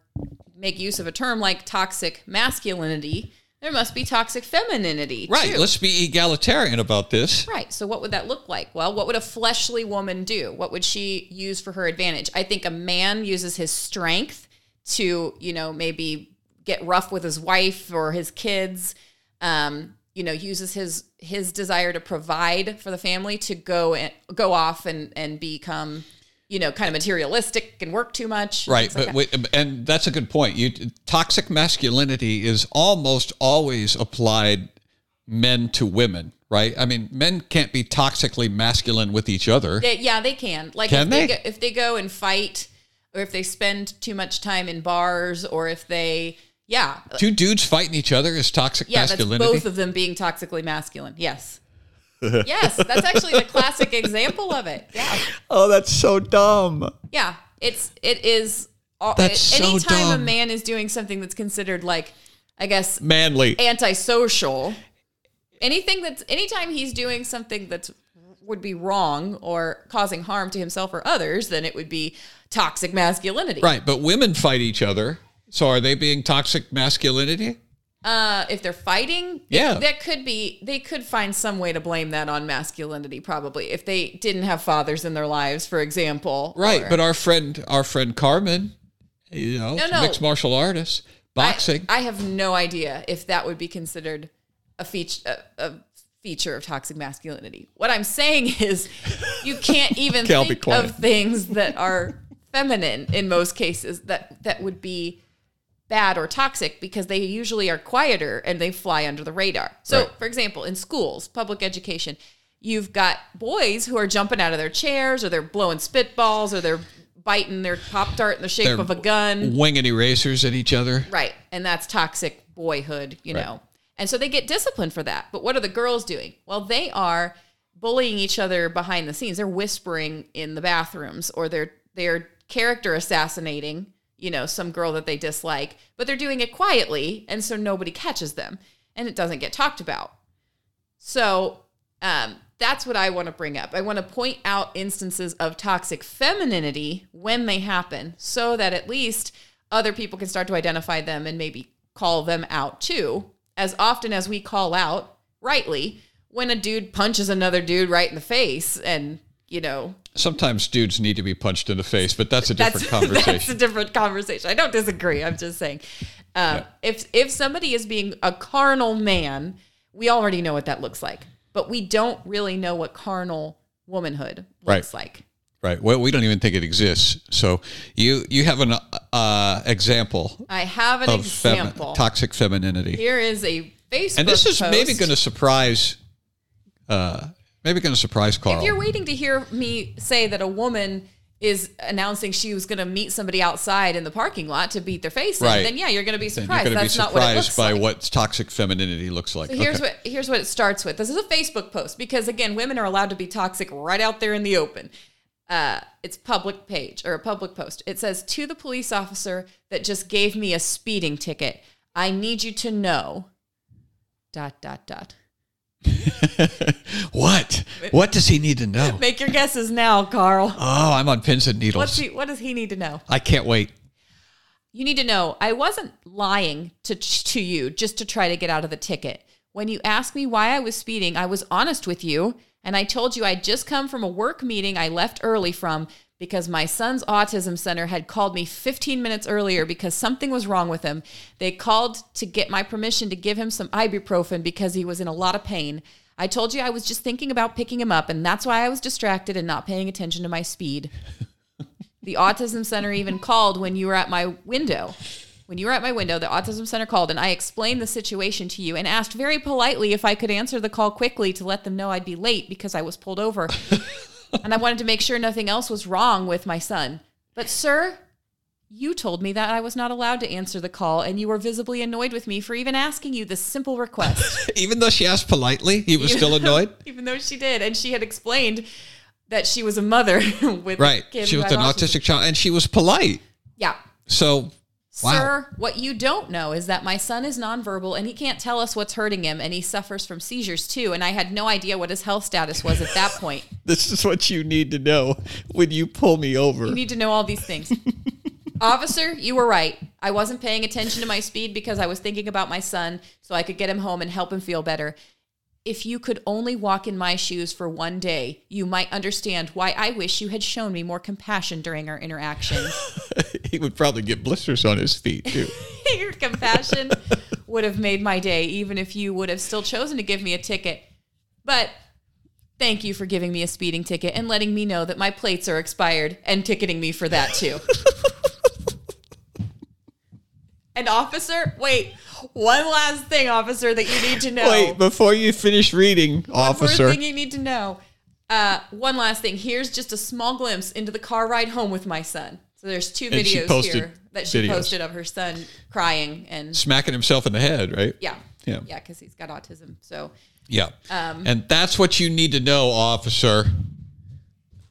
S3: make use of a term like toxic masculinity, there must be toxic femininity.
S2: Right.
S3: too.
S2: Let's be egalitarian about this.
S3: Right. So what would that look like? Well, what would a fleshly woman do? What would she use for her advantage? I think a man uses his strength to, you know, maybe get rough with his wife or his kids. Um, you know, uses his his desire to provide for the family to go and go off and and become, you know, kind of materialistic and work too much. and
S2: Right,
S3: things like
S2: but
S3: that.
S2: wait, and that's a good point. You toxic masculinity is almost always applied men to women, right? I mean, men can't be toxically masculine with each other.
S3: They, yeah, they can. Like
S2: Can
S3: if they?
S2: they?
S3: go, if they go and fight, or if they spend too much time in bars, or if they, yeah,
S2: Two dudes fighting each other is toxic
S3: yeah, that's
S2: masculinity.
S3: both of them being toxically masculine. Yes, yes, that's actually the classic example of it. Yeah,
S2: oh, that's so dumb.
S3: yeah, it's it is. All,
S2: That's so
S3: anytime a
S2: dumb.
S3: man is doing something that's considered like, I guess,
S2: Manly.
S3: antisocial. Anything that's anytime he's doing something that's would be wrong or causing harm to himself or others, then it would be toxic masculinity.
S2: Right, but women fight each other. So are they being toxic masculinity?
S3: Uh, if they're fighting,
S2: Yeah.
S3: that could be. They could find some way to blame that on masculinity, probably if they didn't have fathers in their lives, for example.
S2: Right,
S3: or-
S2: but our friend, our friend Carmen, you know,
S3: No, no.
S2: mixed martial artist,
S3: I-
S2: boxing.
S3: I, have no idea if that would be considered a feature a, a feature of toxic masculinity. What I'm saying is you can't even
S2: Okay, I'll be
S3: think
S2: quiet.
S3: of things that are feminine in most cases that that would be bad or toxic because they usually are quieter and they fly under the radar. So,
S2: Right.
S3: for example, in schools, public education, you've got boys who are jumping out of their chairs or they're blowing spitballs or they're biting their pop tart in the shape
S2: They're
S3: of a gun.
S2: winging erasers at each other.
S3: Right. And that's toxic boyhood, you
S2: Right.
S3: know. And so they get disciplined for that. But what are the girls doing? Well, they are bullying each other behind the scenes. They're whispering in the bathrooms or they're they're character assassinating, you know, some girl that they dislike, but they're doing it quietly and so nobody catches them and it doesn't get talked about. So um, that's what I want to bring up. I want to point out instances of toxic femininity when they happen so that at least other people can start to identify them and maybe call them out too. As often as we call out, rightly, when a dude punches another dude right in the face and, you know,
S2: Sometimes dudes need to be punched in the face, but that's a
S3: that's,
S2: different
S3: that's a
S2: conversation.
S3: different conversation. I don't disagree. I'm just saying, um, if if somebody is being a carnal man, we already know what that looks like, but we don't really know what carnal womanhood looks like.
S2: right. Well, we don't even think it exists. So you you have an uh, example
S3: I have an
S2: of femi-
S3: example.
S2: toxic femininity,
S3: Here is a Facebook.
S2: and this is
S3: post.
S2: maybe going to surprise, uh, maybe going to surprise Carl.
S3: If you're waiting to hear me say that a woman is announcing she was going to meet somebody outside in the parking lot to beat their face, in,
S2: Right.
S3: then yeah, you're going to be
S2: Then
S3: surprised.
S2: You're going to be
S3: That's not what it
S2: surprised
S3: looks
S2: by
S3: like.
S2: what toxic femininity looks like.
S3: So here's
S2: Okay.
S3: what here's what it starts with. This is a Facebook post because again, women are allowed to be toxic right out there in the open. Uh, it's public page or a public post. It says to the police officer that just gave me a speeding ticket. I need you to know. Dot dot dot.
S2: what? What does he need to know?
S3: Make your guesses now, Carl.
S2: Oh, I'm on pins and needles.
S3: What's he, what does he need to know?
S2: I can't wait.
S3: You need to know I wasn't lying to to you just to try to get out of the ticket. When you asked me why I was speeding, I was honest with you and I told you I'd just come from a work meeting I left early from because my son's autism center had called me 15 minutes earlier because something was wrong with him. They called to get my permission to give him some ibuprofen because he was in a lot of pain. I told you I was just thinking about picking him up and that's why I was distracted and not paying attention to my speed. The autism center even called when you were at my window. When you were at my window, the autism center called and I explained the situation to you and asked very politely if I could answer the call quickly to let them know I'd be late because I was pulled over. and I wanted to make sure nothing else was wrong with my son. But, sir, you told me that I was not allowed to answer the call and you were visibly annoyed with me for even asking you this simple request.
S2: Even though she asked politely, he was still annoyed.
S3: even though she did. And she had explained that she was a mother with a
S2: Right.
S3: kid
S2: She
S3: who
S2: was an
S3: had
S2: autistic child and she was polite.
S3: Yeah.
S2: So, wow.
S3: Sir, what you don't know is that my son is nonverbal and he can't tell us what's hurting him and he suffers from seizures too. And I had no idea what his health status was at that point.
S2: This is what you need to know when you pull me over.
S3: You need to know all these things. Officer, you were right. I wasn't paying attention to my speed because I was thinking about my son so I could get him home and help him feel better. If you could only walk in my shoes for one day, you might understand why I wish you had shown me more compassion during our interaction.
S2: he would probably get blisters on his feet, too.
S3: Your compassion would have made my day, even if you would have still chosen to give me a ticket. But thank you for giving me a speeding ticket and letting me know that my plates are expired and ticketing me for that too. An officer, wait, one last thing, officer, that you need to know.
S2: Wait, before you finish reading,
S3: One
S2: officer.
S3: more thing you need to know. Uh, one last thing. Here's just a small glimpse into the car ride home with my son. So there's two
S2: And she
S3: videos
S2: posted
S3: here that she
S2: videos.
S3: posted of her son crying and
S2: smacking himself in the head, right?
S3: yeah,
S2: Yeah.
S3: yeah, because he's got autism. So
S2: Yeah.
S3: Um,
S2: and that's what you need to know, officer.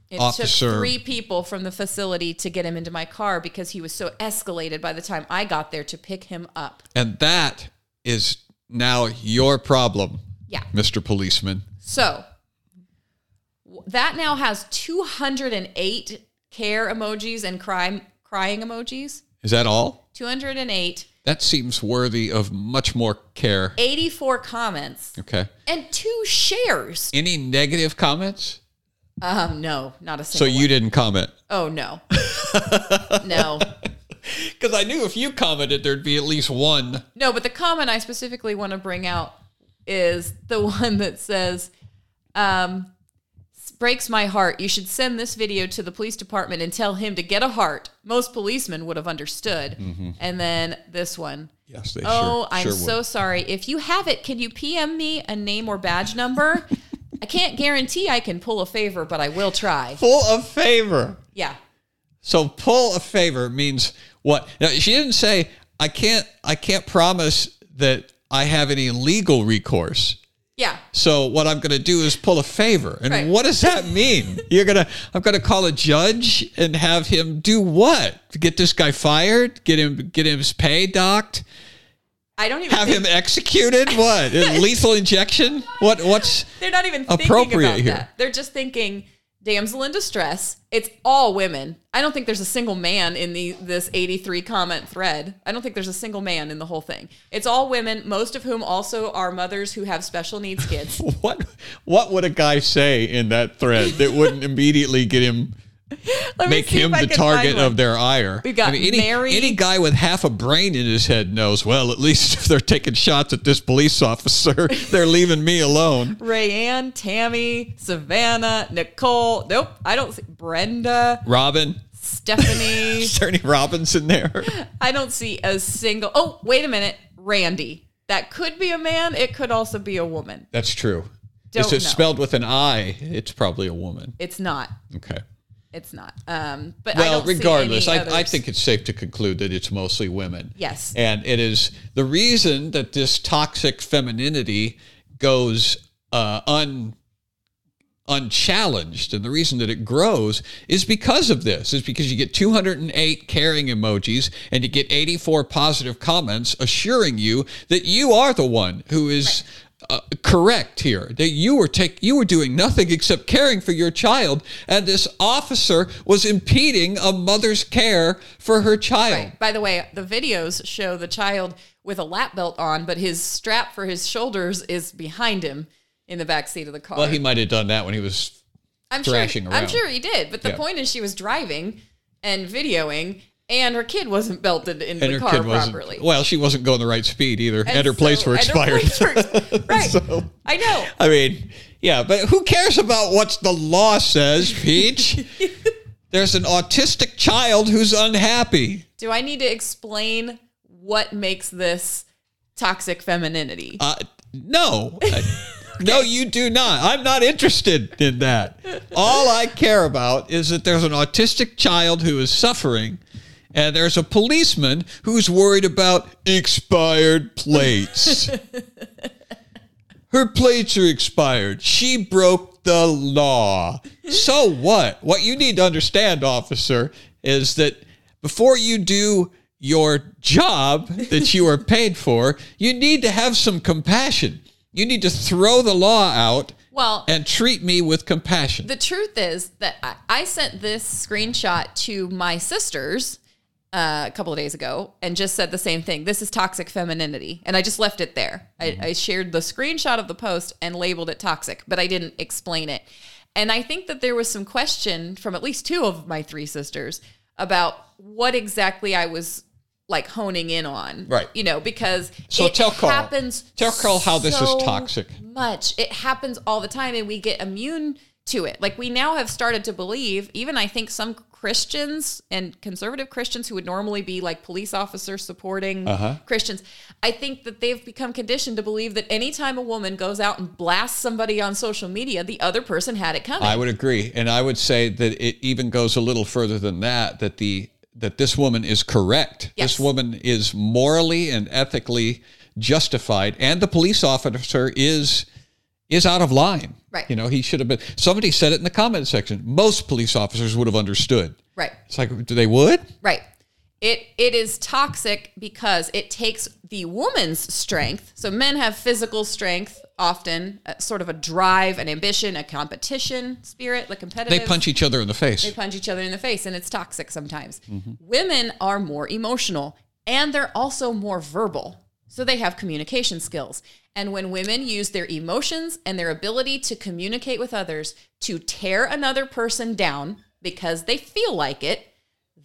S3: it
S2: Officer.
S3: took three people from the facility to get him into my car because he was so escalated by the time I got there to pick him up.
S2: And that is now your problem,
S3: Yeah.
S2: Mr. Policeman.
S3: So w- that now has 208 care emojis and crime crying emojis.
S2: Is that all?
S3: 208,
S2: That seems worthy of much more care.
S3: 84 comments.
S2: Okay.
S3: and two shares.
S2: Any negative comments?
S3: Um, no, not a
S2: So
S3: single.
S2: you didn't comment.
S3: oh no, no,
S2: Because I knew if you commented, there'd be at least one.
S3: no. But the comment I specifically want to bring out is the one that says, um, "Breaks my heart. You should send this video to the police department and tell him to get a heart." Most policemen would have understood. And then this one.
S2: Yes, they
S3: Oh,
S2: Mm-hmm. sure,
S3: I'm
S2: sure
S3: so
S2: would.
S3: sorry. If you have it, can you PM me a name or badge number? I can't guarantee I can pull a favor, but I will try.
S2: Full of favor.
S3: Yeah.
S2: So pull a favor means what? Now, she didn't say I can't. I can't promise that I have any legal recourse.
S3: Yeah.
S2: So what I'm going to do is pull a favor. And
S3: Right.
S2: what does that mean? You're gonna I'm going to call a judge and have him do what? Get this guy fired? Get him get his pay docked?
S3: I don't even
S2: Have
S3: think
S2: him executed? What? Lethal injection? What? What's
S3: they're not even thinking
S2: appropriate
S3: about
S2: here.
S3: that. They're just thinking damsel in distress. It's all women. I don't think there's a single man in the this 83 comment thread. I don't think there's a single man in the whole thing. It's all women, most of whom also are mothers who have special needs kids.
S2: what? What would a guy say in that thread that wouldn't immediately get him?
S3: Let me
S2: make
S3: see if
S2: him
S3: I
S2: the
S3: can find
S2: target
S3: one.
S2: of their ire.
S3: We've got
S2: any,
S3: Mary-
S2: any guy with half a brain in his head knows, well, at least if they're taking shots at this police officer, they're leaving me alone.
S3: Rayanne, Tammy, Savannah, Nicole. Nope, I don't see Brenda,
S2: Robin,
S3: Stephanie.
S2: is there any Robins in there?
S3: I don't see a single. Oh, wait a minute, Randy. That could be a man. It could also be a woman.
S2: That's true.
S3: Don't
S2: Is it
S3: know.
S2: spelled with an I? It's probably a woman.
S3: It's not.
S2: Okay.
S3: It's not. Um, but I
S2: Well,
S3: don't see any
S2: regardless, I, I
S3: others.
S2: think it's safe to conclude that it's mostly women.
S3: Yes.
S2: And it is the reason that this toxic femininity goes uh, un, unchallenged and the reason that it grows is because of this, is because you get 208 caring emojis and you get 84 positive comments assuring you that you are the one who is. Uh, correct here that you were take you were doing nothing except caring for your child and this officer was impeding a mother's care for her child
S3: Right. By the way, the videos show the child with a lap belt on, but his strap for his shoulders is behind him in the back seat of the car.
S2: Well, he might have done that when he was.
S3: I'm
S2: thrashing
S3: sure,
S2: around.
S3: I'm sure he did, but the
S2: Yeah.
S3: point is she was driving and videoing, and her kid wasn't belted
S2: And
S3: in the
S2: her
S3: car
S2: kid wasn't.
S3: properly.
S2: Well, she wasn't going the right speed either, and, her plates
S3: so-
S2: were
S3: and her
S2: expired.
S3: plates were ex- right.
S2: So-
S3: I know.
S2: I mean, yeah, but who cares about what the law says, Peach? There's an autistic child who's unhappy.
S3: Do I need to explain what makes this toxic femininity?
S2: Uh, no. Uh, No, you do not. I'm not interested in that. All I care about is that there's an autistic child who is suffering, and Uh, there's a policeman who's worried about expired plates. Her plates are expired. She broke the law. So what? What you need to understand, officer, is that before you do your job that you are paid for, you need to have some compassion. You need to throw the law out
S3: well,
S2: and treat me with compassion.
S3: the truth is that I, I sent this screenshot to my sisters uh, a couple of days ago and just said the same thing. This is toxic femininity. And I just left it there.
S2: Mm-hmm.
S3: I, I shared the screenshot of the post and labeled it toxic, but I didn't explain it. And I think that there was some question from at least two of my three sisters about what exactly I was like honing in on.
S2: Right.
S3: You know, because
S2: So
S3: it
S2: tell Carl.
S3: happens
S2: Tell Carl how this is
S3: so
S2: toxic.
S3: much. It happens all the time, and we get immune to it. Like we now have started to believe, even I think some Christians and conservative Christians who would normally be like police officers supporting Christians, I think that they've become conditioned to believe that anytime a woman goes out and blasts somebody on social media, the other person had it coming.
S2: I would agree, and I would say that it even goes a little further than that. That the that this woman is correct. This
S3: Yes.
S2: woman is morally and ethically justified, and the police officer is is out of line.
S3: Right.
S2: You know, he should have been. Somebody said it in the comment section. Most police officers would have understood.
S3: right.
S2: It's like, do they would?
S3: Right. It it is toxic because it takes the woman's strength. So men have physical strength often, uh, sort of a drive, an ambition, a competition spirit, like competitive.
S2: They punch each other in the
S3: They
S2: face.
S3: punch each other in the face, and it's toxic sometimes.
S2: Mm-hmm.
S3: Women are more emotional, and they're also more verbal, so they have communication skills. And when women use their emotions and their ability to communicate with others to tear another person down because they feel like it,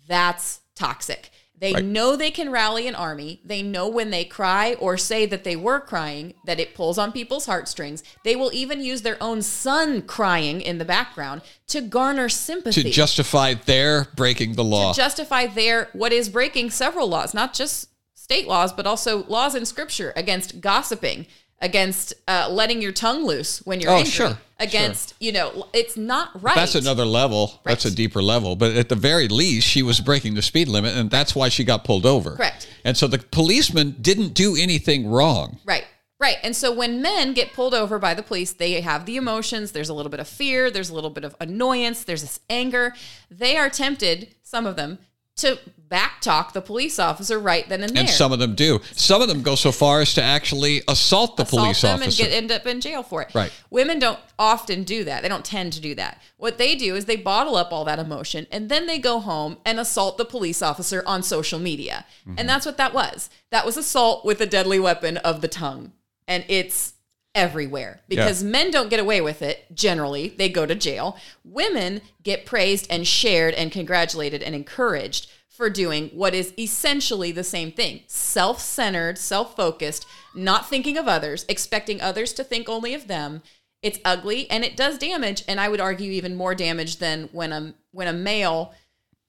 S3: that's toxic. They
S2: Right.
S3: know they can rally an army. They know when they cry or say that they were crying that it pulls on people's heartstrings. They will even use their own son crying in the background to garner sympathy
S2: To justify their breaking the law.
S3: justify their what is breaking several laws, not just state laws, but also laws in scripture against gossiping, against uh, letting your tongue loose when you're
S2: Oh,
S3: angry,
S2: sure,
S3: against you know it's not right.
S2: That's another level. That's a
S3: Right.
S2: deeper level. But at the very least, she was breaking the speed limit, and that's why she got pulled over.
S3: Correct.
S2: And so the policeman didn't do anything wrong.
S3: Right. Right. And so when men get pulled over by the police, they have the emotions. There's a little bit of fear. There's a little bit of annoyance. There's this anger. They are tempted, some of them, to backtalk the police officer right then and there.
S2: And some of them do. Some of them go so far as to actually assault the
S3: assault
S2: police
S3: them
S2: officer.
S3: and get, end up in jail for it.
S2: Right.
S3: Women don't often do that. They don't tend to do that. What they do is they bottle up all that emotion and then they go home and assault the police officer on social media.
S2: Mm-hmm.
S3: And that's what that was. That was assault with a deadly weapon of the tongue. And it's everywhere because men don't get away with it generally. They go to jail. Women get praised and shared and congratulated and encouraged for doing what is essentially the same thing self centered, self focused, not thinking of others, expecting others to think only of them. It's ugly and it does damage. And I would argue even more damage than when a, when a male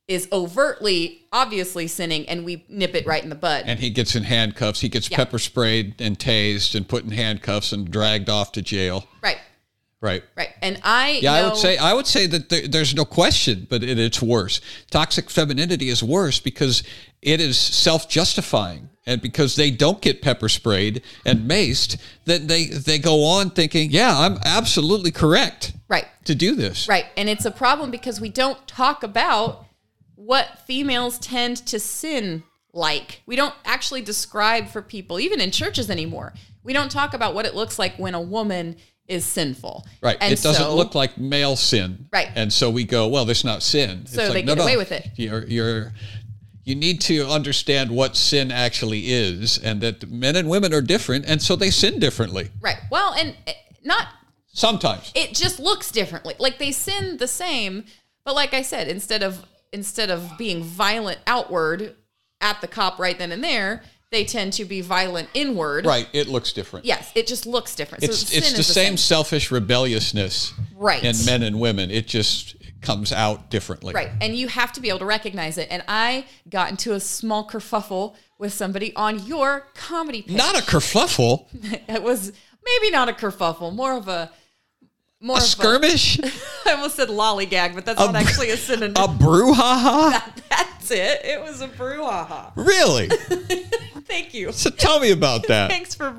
S3: is overtly, obviously sinning and we nip it right in the bud.
S2: And he gets in handcuffs. He gets pepper sprayed and tased and put in handcuffs and dragged off to jail.
S3: Right.
S2: Right.
S3: Right. And I
S2: Yeah, I
S3: know-
S2: would say I would say that there, there's no question, but it, it's worse. Toxic femininity is worse because it is self-justifying, and because they don't get pepper sprayed and maced, then they they go on thinking, "Yeah, I'm absolutely correct
S3: Right.
S2: to do this."
S3: Right. And it's a problem because we don't talk about what females tend to sin like. We don't actually describe for people, even in churches anymore. We don't talk about what it looks like when a woman is sinful.
S2: Right.
S3: And
S2: it doesn't
S3: so-
S2: look like male sin.
S3: Right.
S2: And so we go, well, that's not sin.
S3: So they get away with it.
S2: You're, you're, you need to understand what sin actually is and that men and women are different. And so they sin differently
S3: Right. Well, and eh, not,
S2: sometimes.
S3: it just looks differently. Like they sin the same, but like I said, instead of instead of being violent outward at the cop right then and there, they tend to be violent inward.
S2: right. It looks different.
S3: Yes, it just looks different.
S2: It's,
S3: sin
S2: it's
S3: is
S2: the, same, selfish rebelliousness
S3: Right.
S2: in men and women. It just comes out differently.
S3: Right. And you have to be able to recognize it. And I got into a small kerfuffle with somebody on your comedy page.
S2: Not a kerfluffle,
S3: it was maybe not a kerfuffle, more of a more
S2: a
S3: of
S2: skirmish,
S3: A, I almost said lollygag, but that's not actually a synonym.
S2: a brouhaha.
S3: that's it. It was a brouhaha.
S2: Really?
S3: Thank you.
S2: So tell me about that.
S3: Thanks for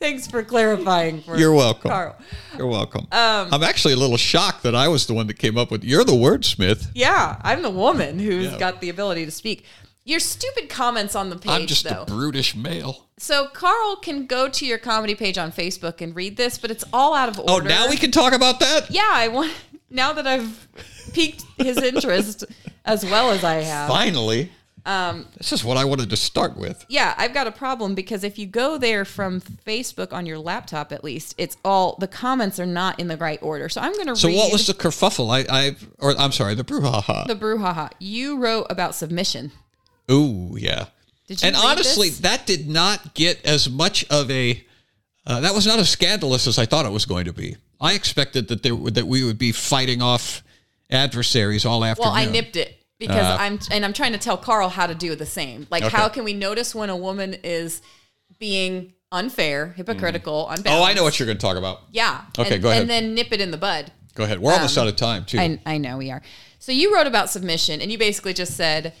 S3: thanks for clarifying. For
S2: You're welcome.
S3: Carl. Um,
S2: You're welcome. I'm actually a little shocked that I was the one that came up with. You're the wordsmith.
S3: Yeah, I'm the woman who's
S2: Yeah.
S3: got the ability to speak. Your stupid comments on the page,
S2: I'm just
S3: though.
S2: a brutish male.
S3: So Carl can go to your comedy page on Facebook and read this, but it's all out of order.
S2: Oh, now we can talk about that.
S3: Yeah, I want. Now that I've piqued his interest as well as I have.
S2: Finally,
S3: Um,
S2: this is what I wanted to start with.
S3: Yeah, I've got a problem because if you go there from Facebook on your laptop, at least it's all the comments are not in the right order. So I'm going to
S2: So,
S3: read
S2: what was the kerfuffle? I, I, or I'm sorry, the brouhaha.
S3: the brouhaha you wrote about submission.
S2: Ooh, yeah.
S3: Did you
S2: And
S3: read
S2: honestly,
S3: this?
S2: that did not get as much of a. Uh, that was not as scandalous as I thought it was going to be. I expected that there that we would be fighting off adversaries all afternoon.
S3: Well, I nipped it because I'm and I'm trying to tell Carl how to do the same. Like,
S2: Uh, Okay.
S3: how can we notice when a woman is being unfair, hypocritical, unbalanced?
S2: Oh, I know what you're going to talk about.
S3: Yeah.
S2: Okay,
S3: and,
S2: go ahead.
S3: And then nip it in the bud.
S2: Go ahead. We're almost out of time too.
S3: I, I know we are. So you wrote about submission, and you basically just said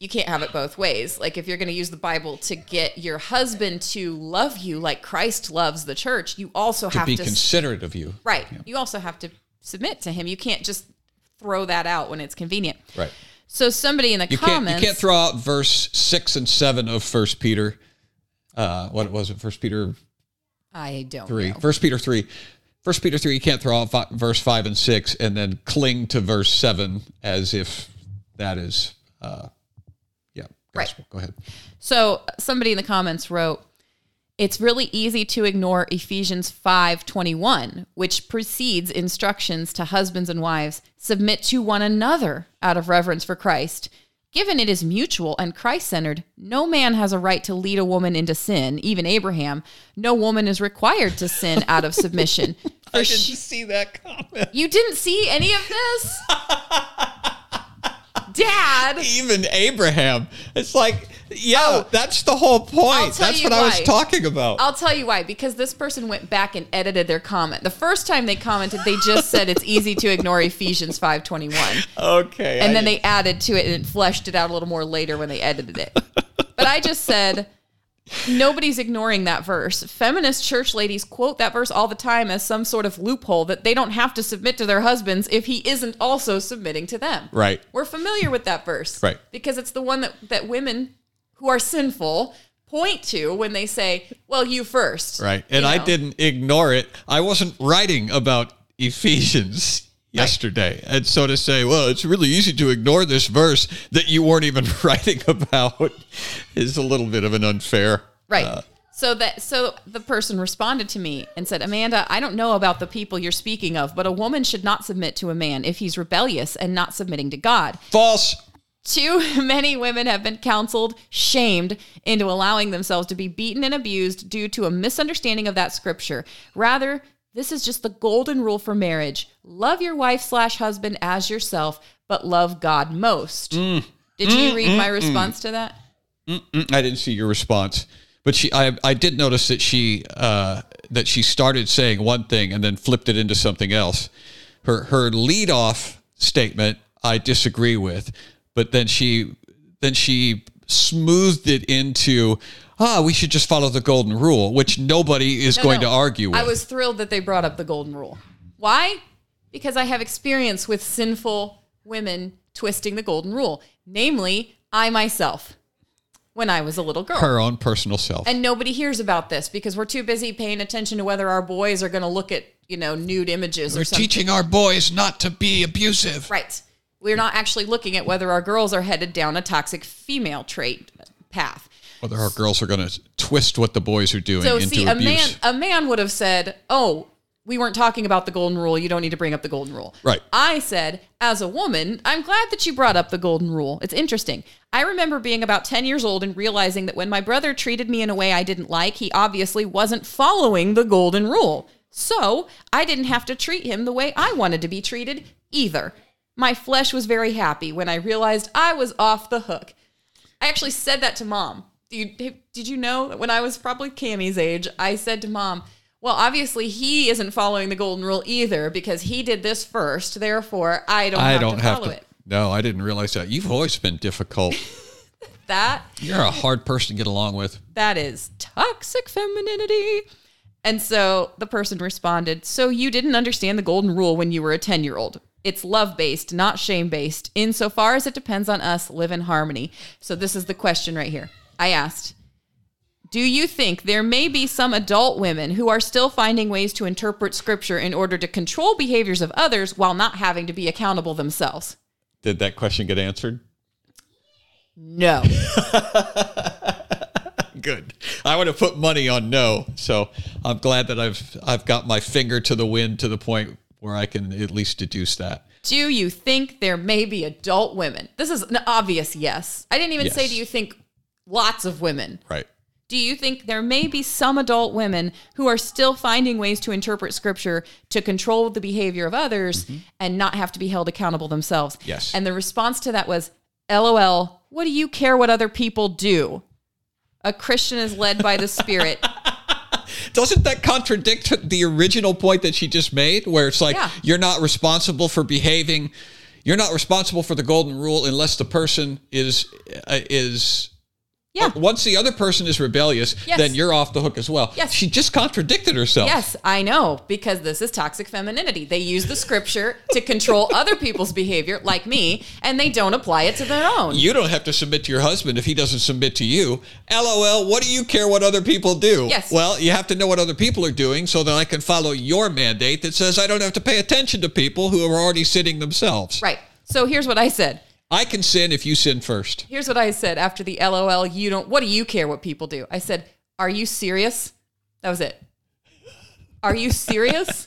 S3: you can't have it both ways. Like if you're going to use the Bible to get your husband to love you like Christ loves the church, you also
S2: to
S3: have
S2: be
S3: to
S2: considerate of you.
S3: right. You also have to submit to him. You can't just throw that out when it's convenient.
S2: Right.
S3: So somebody in the
S2: You can't,
S3: comments,
S2: you can't throw out verse six and seven of First Peter. Uh, what was it? First Peter
S3: I don't
S2: three.
S3: know.
S2: First Peter three. First Peter three. You can't throw out fi- verse five and six, and then cling to verse seven as if that is, uh, yeah,
S3: Right.
S2: gospel. Go ahead.
S3: So uh, somebody in the comments wrote, "It's really easy to ignore Ephesians 5:21, which precedes instructions to husbands and wives, submit to one another out of reverence for Christ." Given it is mutual and Christ centered, no man has a right to lead a woman into sin, even Abraham. No woman is required to sin out of submission. For she-
S2: see that comment.
S3: you didn't see any of this? Dad.
S2: Even Abraham. It's like, yeah, that's the whole point.
S3: Oh. tell
S2: That's
S3: you
S2: what I was
S3: why.
S2: talking about.
S3: I'll tell you why. Because this person went back and edited their comment. The first time they commented, they just said it's easy to ignore Ephesians five twenty one,
S2: okay.
S3: and
S2: I
S3: then they added to it and fleshed it out a little more later when they edited it. But I just said nobody's ignoring that verse. Feminist church ladies quote that verse all the time as some sort of loophole that they don't have to submit to their husbands if he isn't also submitting to them.
S2: Right.
S3: We're familiar with that verse.
S2: Right.
S3: Because it's the one that, that women who are sinful point to when they say, well, you first.
S2: Right. And
S3: You
S2: I
S3: know?
S2: didn't ignore it. I wasn't writing about Ephesians yesterday. And so to say, well, it's really easy to ignore this verse that you weren't even writing about is a little bit of an unfair.
S3: Right.
S2: uh,
S3: so that so the person responded to me and said, "Amanda, I don't know about the people you're speaking of, but a woman should not submit to a man if he's rebellious and not submitting to God.
S2: false.
S3: Too many women have been counseled, shamed into allowing themselves to be beaten and abused due to a misunderstanding of that scripture. Rather, this is just the golden rule for marriage: love your wife slash husband as yourself, but love God most." Did you read my response to that?
S2: I didn't see your response, but she, I, I did notice that she uh, that she started saying one thing and then flipped it into something else. Her her lead off statement I disagree with, but then she then she smoothed it into ah we should just follow the golden rule, which nobody is
S3: No,
S2: going
S3: no.
S2: to argue with.
S3: I was thrilled that they brought up the golden rule. Why? Because I have experience with sinful women twisting the golden rule, namely I myself when I was a little girl.
S2: her own personal self.
S3: And nobody hears about this because we're too busy paying attention to whether our boys are going to look at, you know, nude images
S2: We're
S3: or something.
S2: teaching our boys not to be abusive.
S3: Right. We're not actually looking at whether our girls are headed down a toxic female trait path.
S2: Whether our girls are going to twist what the boys are doing
S3: So
S2: into
S3: see,
S2: abuse.
S3: a man a man would have said, "Oh, we weren't talking about the golden rule. You don't need to bring up the golden rule."
S2: Right.
S3: I said, as a woman, I'm glad that you brought up the golden rule. It's interesting. I remember being about 10 years old and realizing that when my brother treated me in a way I didn't like, he obviously wasn't following the golden rule. So, I didn't have to treat him the way I wanted to be treated either. My flesh was very happy when I realized I was off the hook. I actually said that to mom. Do you, hey, did you know that when I was probably Cammy's age, I said to mom, well, obviously he isn't following the golden rule either because he did this first. Therefore, I don't
S2: I
S3: have
S2: don't
S3: to
S2: have
S3: follow
S2: to.
S3: it.
S2: No, I didn't realize that. You've always been difficult.
S3: That
S2: You're a hard person to get along with.
S3: that is toxic femininity. And so the person responded, So you didn't understand the golden rule when you were a 10 year old. It's love based, not shame based, insofar as it depends on us live in harmony. So this is the question right here. I asked, Do you think there may be some adult women who are still finding ways to interpret scripture in order to control behaviors of others while not having to be accountable themselves?
S2: Did that question get answered?
S3: No.
S2: Good. I would have put money on no. So I'm glad that I've I've got my finger to the wind to the point where I can at least deduce that.
S3: Do you think there may be adult women? This is an obvious yes. I didn't even say,
S2: Yes.
S3: do you think lots of women?
S2: Right.
S3: Do you think there may be some adult women who are still finding ways to interpret scripture to control the behavior of others and not have to be held accountable themselves?
S2: Mm-hmm. Yes.
S3: And the response to that was, LOL, what do you care what other people do? A Christian is led by the Spirit.
S2: Doesn't that contradict the original point that she just made, where it's like
S3: Yeah.
S2: you're not responsible for behaving, you're not responsible for the golden rule unless the person is uh, is
S3: Yeah.
S2: Once the other person is rebellious,
S3: Yes.
S2: then you're off the hook as well.
S3: Yes.
S2: She just contradicted herself.
S3: Yes, I know, because this is toxic femininity. They use the scripture to control other people's behavior, like me, and they don't apply it to their own.
S2: You don't have to submit to your husband if he doesn't submit to you. LOL, what do you care what other people do?
S3: Yes.
S2: Well, you have to know what other people are doing so that I can follow your mandate that says I don't have to pay attention to people who are already sinning themselves.
S3: right. So here's what I said.
S2: I can sin if you sin first.
S3: Here's what I said after the LOL, you don't, what do you care what people do? I said, Are you serious? That was it. Are you serious?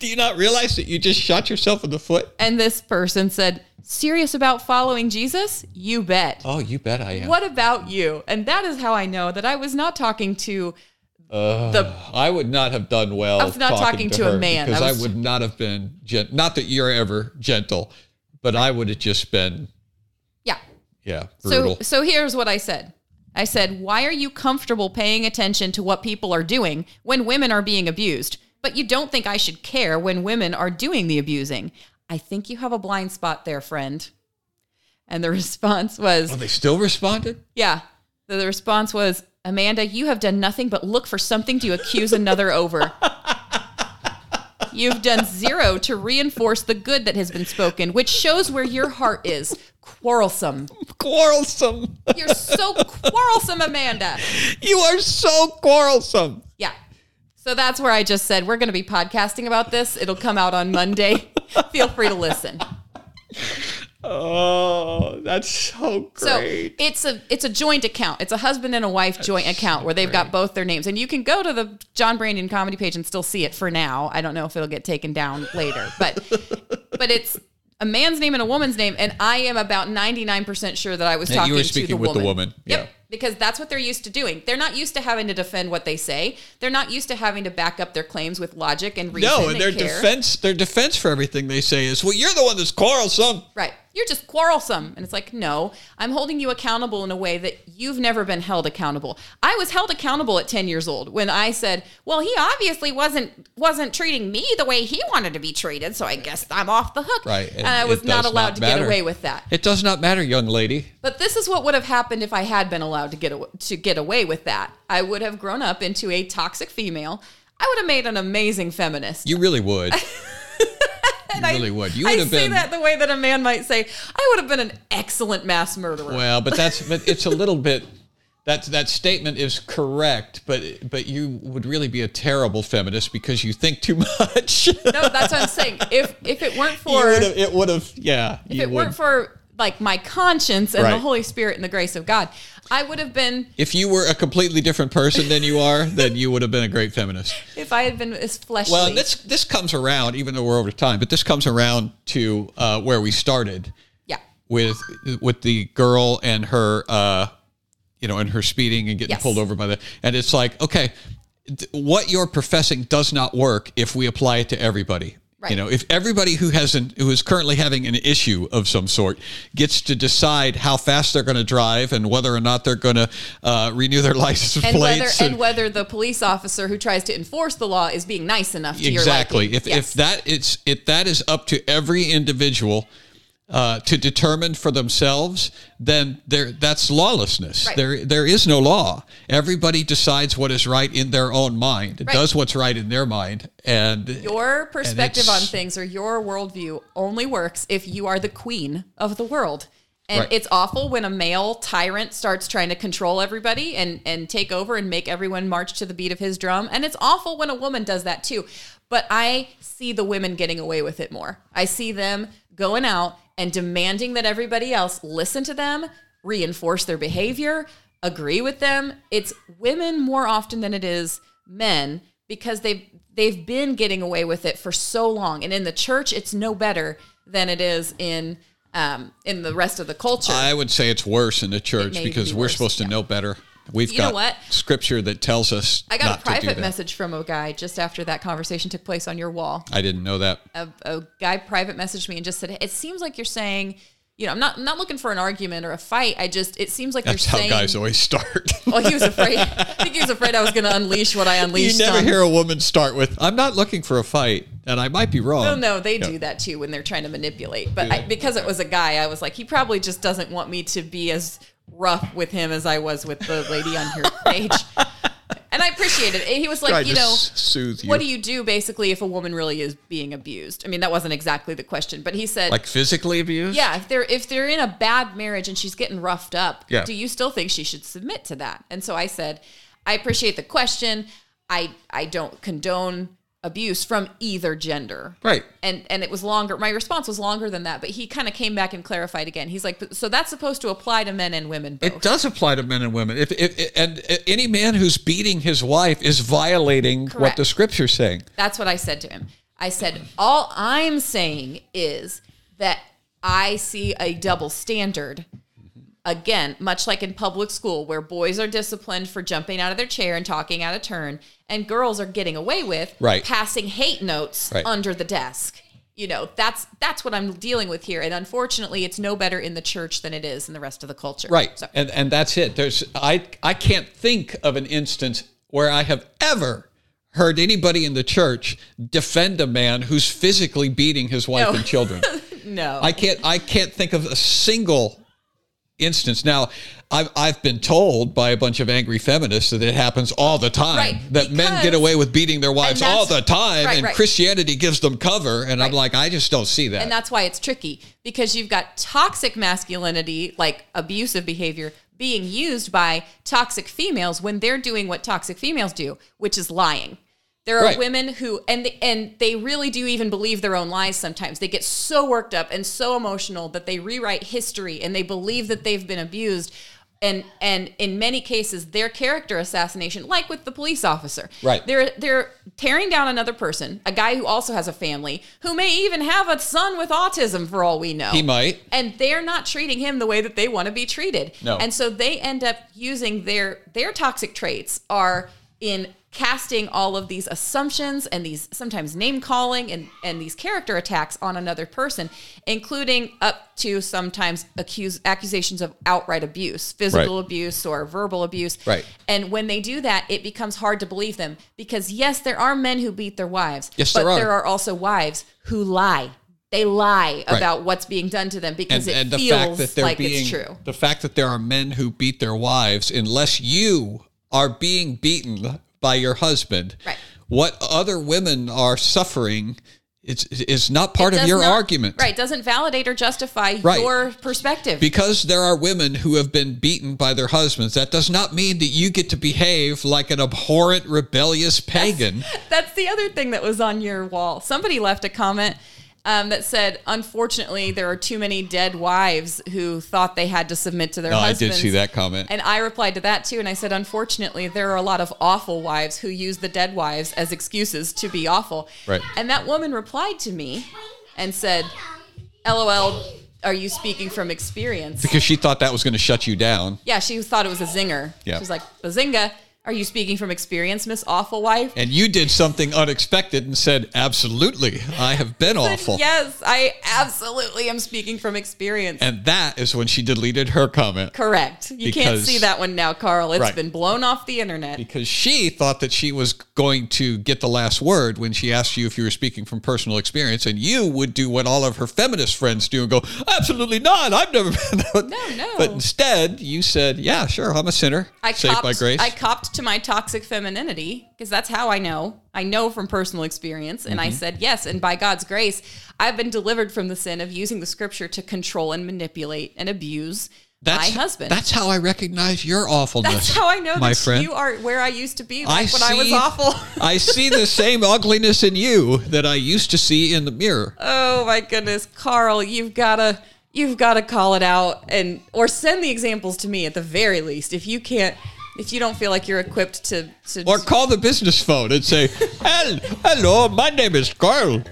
S2: Do you not realize that you just shot yourself in the foot?
S3: and this person said, Serious about following Jesus? You bet.
S2: Oh, you bet I am.
S3: What about you? And that is how I know that I was not talking to the
S2: I would not have done well.
S3: I was not talking to a
S2: her
S3: man.
S2: because
S3: I
S2: I,
S3: was-
S2: would not have been gent. Not that you're ever gentle, but I would have just been
S3: yeah.
S2: yeah
S3: So,
S2: brutal.
S3: so here's what I said. I said, why are you comfortable paying attention to what people are doing when women are being abused? But you don't think I should care when women are doing the abusing. I think you have a blind spot there, friend. And the response was,
S2: Well, they still responded.
S3: yeah. The, the response was, Amanda, you have done nothing but look for something to accuse another over. You've done zero to reinforce the good that has been spoken, which shows where your heart is quarrelsome.
S2: Quarrelsome.
S3: You're so quarrelsome, Amanda.
S2: you are so quarrelsome.
S3: Yeah. So that's where I just said, we're going to be podcasting about this. It'll come out on Monday. Feel free to listen.
S2: Oh, that's so
S3: So
S2: great.
S3: it's a it's a joint account. It's a husband and a wife joint account where they've got both their names. And you can go to the John Brandon comedy page and still see it for now. I don't know if it'll get taken down later, but but it's a man's name and a woman's name. And I am about 99% sure that I was
S2: That you
S3: talking
S2: were
S3: to
S2: speaking
S3: the
S2: with the
S3: woman.
S2: woman.
S3: Yep.
S2: Yeah.
S3: Because that's what they're used to doing. They're not used to having to defend what they say. They're not used to having to back up their claims with logic and reason.
S2: no, and their
S3: care.
S2: defense, their defense for everything they say is, "Well, you're the one that's quarrelsome."
S3: Right. You're just quarrelsome. And it's like, no, I'm holding you accountable in a way that you've never been held accountable. I was held accountable at 10 years old when I said, well, he obviously wasn't wasn't treating me the way he wanted to be treated, so I guess I'm off the hook.
S2: Right.
S3: And, I
S2: It-
S3: was
S2: it
S3: not
S2: does
S3: allowed
S2: not
S3: to
S2: matter.
S3: get away with that.
S2: It does not matter, young lady.
S3: But this is what would have happened if I had been allowed to get aw- to get away with that. I would have grown up into a toxic female. I would have made an amazing feminist.
S2: You really would. you really would. You
S3: I
S2: would
S3: say
S2: have been.
S3: that the way that a man might say, "I would have been an excellent mass murderer."
S2: Well, but that's but it's a little bit. That that statement is correct, but but you would really be a terrible feminist because you think too much.
S3: no, that's what I'm saying. If if it weren't
S2: You
S3: for
S2: would've- it would have, yeah.
S3: if
S2: you
S3: it
S2: would.
S3: weren't for like my conscience and the
S2: Right.
S3: Holy Spirit and the grace of God, I would have been
S2: if you were a completely different person than you are, then you would have been a great feminist.
S3: if I had been as fleshly.
S2: Well, this this comes around, even though we're over time, but this comes around to uh, where we started
S3: yeah.
S2: with with the girl and her, uh, you know, and her speeding and getting
S3: Yes.
S2: pulled over by the. And it's like, okay, th- what you're professing does not work if we apply it to everybody.
S3: Right.
S2: You know, if everybody who has an, who is currently having an issue of some sort gets to decide how fast they're going to drive and whether or not they're going to uh, renew their license
S3: And whether
S2: plates
S3: and whether the police officer who tries to enforce the law is being nice enough to your
S2: exactly
S3: liking.
S2: if,
S3: Yes.
S2: if that it's if that is up to every individual uh, to determine for themselves then there that's lawlessness
S3: Right.
S2: there there is no law everybody decides what is right in their own mind
S3: Right.
S2: does what's right in their mind and
S3: Your perspective on
S2: it's-
S3: things or your worldview only works if you are the queen of the world. And
S2: Right.
S3: it's awful when a male tyrant starts trying to control everybody and, and take over and make everyone march to the beat of his drum. And it's awful when a woman does that too. But I see the women getting away with it more. I see them going out and demanding that everybody else listen to them, reinforce their behavior, agree with them. It's women more often than it is men because they've they've been getting away with it for so long and in the church it's no better than it is in um, in the rest of the culture
S2: i would say it's worse in the church
S3: may
S2: because
S3: be
S2: we're
S3: worse,
S2: supposed to
S3: yeah.
S2: know better we've
S3: You know
S2: got
S3: what?
S2: scripture that tells us
S3: i got
S2: not
S3: a
S2: to do
S3: private
S2: that.
S3: message from a guy just after that conversation took place on your wall
S2: i didn't know that
S3: a, a guy private messaged me and just said it seems like you're saying you know i'm not I'm not looking for an argument or a fight i just it seems like
S2: that's
S3: you're
S2: how
S3: saying
S2: guys always start
S3: well he was afraid i think he was afraid i was going to unleash what i
S2: you
S3: unleashed
S2: never
S3: on
S2: hear a woman start with i'm not looking for a fight and i might be wrong
S3: Oh no, they
S2: Yeah.
S3: do that too when they're trying to manipulate. But I, because it was a guy, I was like, he probably just doesn't want me to be as rough with him as I was with the lady on your page. And I appreciate it. And he was like,
S2: Tried
S3: you
S2: to
S3: know,
S2: s- soothe
S3: what do
S2: you.
S3: you do basically if a woman really is being abused? I mean, that wasn't exactly the question, but he said,
S2: like physically abused
S3: yeah, if they're if they're in a bad marriage and she's getting roughed up,
S2: Yeah.
S3: do you still think she should submit to that? And so I said, I appreciate the question. I I don't condone abuse from either gender.
S2: Right.
S3: And and it was longer. My response was longer than that, but he kind of came back and clarified again. He's like, "But- so that's supposed to apply to men and women both.
S2: it does apply to men and women if, if, and any man who's beating his wife is violating what
S3: Correct.
S2: the scripture's saying
S3: That's what I said to him. I said, All I'm saying is that I see a double standard. Again, much like in public school, where boys are disciplined for jumping out of their chair and talking out of turn, and girls are getting away with
S2: Right.
S3: passing hate notes
S2: Right.
S3: under the desk. You know, that's that's what I'm dealing with here. And unfortunately, it's no better in the church than it is in the rest of the culture.
S2: right
S3: So,
S2: and and that's it there's i i can't think of an instance where i have ever heard anybody in the church defend a man who's physically beating his wife
S3: No.
S2: and children
S3: no.
S2: I can't I can't think of a single instance. Now, I've I've been told by a bunch of angry feminists that it happens all the time.
S3: Right,
S2: that men get
S3: because-
S2: away with beating their wives
S3: that's-
S2: all the time,
S3: right,
S2: and
S3: right.
S2: Christianity gives them cover. And I'm like, I just don't see that.
S3: And that's why it's tricky because you've got toxic masculinity, like abusive behavior, being used by toxic females when they're doing what toxic females do, which is lying. There are
S2: Right.
S3: women who and they, and they really do even believe their own lies sometimes. They get so worked up and so emotional that they rewrite history and they believe that they've been abused. And, and in many cases, their character assassination, like with the police officer,
S2: Right.
S3: They're they're they're tearing down another person, a guy who also has a family, who may even have a son with autism for all we know.
S2: he might.
S3: And they're not treating him the way that they want to be treated.
S2: No.
S3: And so they end up using their their toxic traits are in casting all of these assumptions and these sometimes name calling and, and these character attacks on another person, including up to sometimes accuse, accusations of outright abuse, physical
S2: Right.
S3: abuse or verbal abuse.
S2: Right.
S3: And when they do that, it becomes hard to believe them because, yes, there are men who beat their wives,
S2: Yes,
S3: but
S2: there are.
S3: there are also wives who lie. They lie about what's being done to them because it feels like it's true.
S2: the fact that there are men who beat their wives unless you are being beaten by your husband
S3: Right.
S2: what other women are suffering it's is not part of
S3: Does
S2: your
S3: not-
S2: argument
S3: Right. Doesn't validate or justify
S2: Right.
S3: your perspective.
S2: because there are women who have been beaten by their husbands that does not mean that you get to behave like an abhorrent rebellious pagan
S3: That's the other thing that was on your wall. Somebody left a comment um, that said, unfortunately, there are too many dead wives who thought they had to submit to their
S2: no Oh, i did
S3: husbands.
S2: see that comment
S3: And I replied to that too, and I said, unfortunately, there are a lot of awful wives who use the dead wives as excuses to be awful.
S2: Right.
S3: And that woman replied to me and said, LOL, are you speaking from experience?
S2: because she thought that was going to shut you down
S3: Yeah, she thought it was a zinger.
S2: Yeah.
S3: She was like, Bazinga, are you speaking from experience, Miss Awful Wife?
S2: and you did something unexpected and said absolutely i have been awful
S3: Yes, I absolutely am speaking from experience.
S2: And that is when she deleted her comment
S3: Correct. You can't
S2: Because-
S3: see that one now, Carl. It's
S2: Right.
S3: been blown off the internet.
S2: because she thought that she was going to get the last word when she asked you if you were speaking from personal experience. And you would do what all of her feminist friends do and go, Absolutely not. I've never been.
S3: No, no.
S2: But instead, you said, Yeah, sure. I'm a sinner.
S3: I
S2: saved
S3: copped,
S2: by grace.
S3: I copped to my toxic femininity because that's how I know. I know from personal experience. And
S2: Mm-hmm.
S3: I said, yes. And by God's grace, I've been delivered from the sin of using the scripture to control and manipulate and abuse my husband.
S2: That's how I recognize your awfulness.
S3: That's how I know
S2: my
S3: that
S2: friend.
S3: you are where I used to be like, when I was
S2: see-
S3: awful.
S2: I see the same ugliness in you that I used to see in the mirror.
S3: oh my goodness, Carl, you've gotta you've gotta call it out and or send the examples to me at the very least. If you can't if you don't feel like you're equipped to, to
S2: Or call the business phone and say, "Hel- Hello, my name is Carl.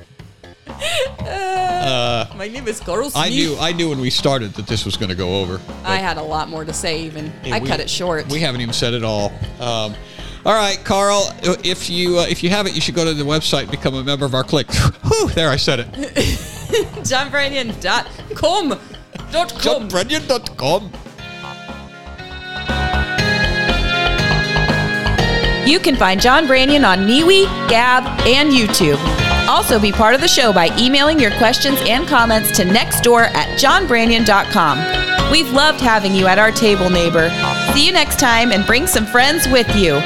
S3: my name is Carl
S2: I
S3: Smith.
S2: knew I knew when we started that this was going to go over.
S3: I had a lot more to say even.
S2: Hey,
S3: I
S2: we-
S3: cut it short.
S2: We haven't even said it all. Um, all right, Carl. If you uh, if you haven't, you should go to the website and become a member of our clique. Whew, there, I said it.
S3: JohnBrennan.com dot com.
S2: JohnBrennan.com.
S3: You can find John Branyan on MeWe, Gab, and YouTube. Also, be part of the show by emailing your questions and comments to nextdoor at johnbranyan.com. We've loved having you at our table, neighbor. See you next time and bring some friends with you.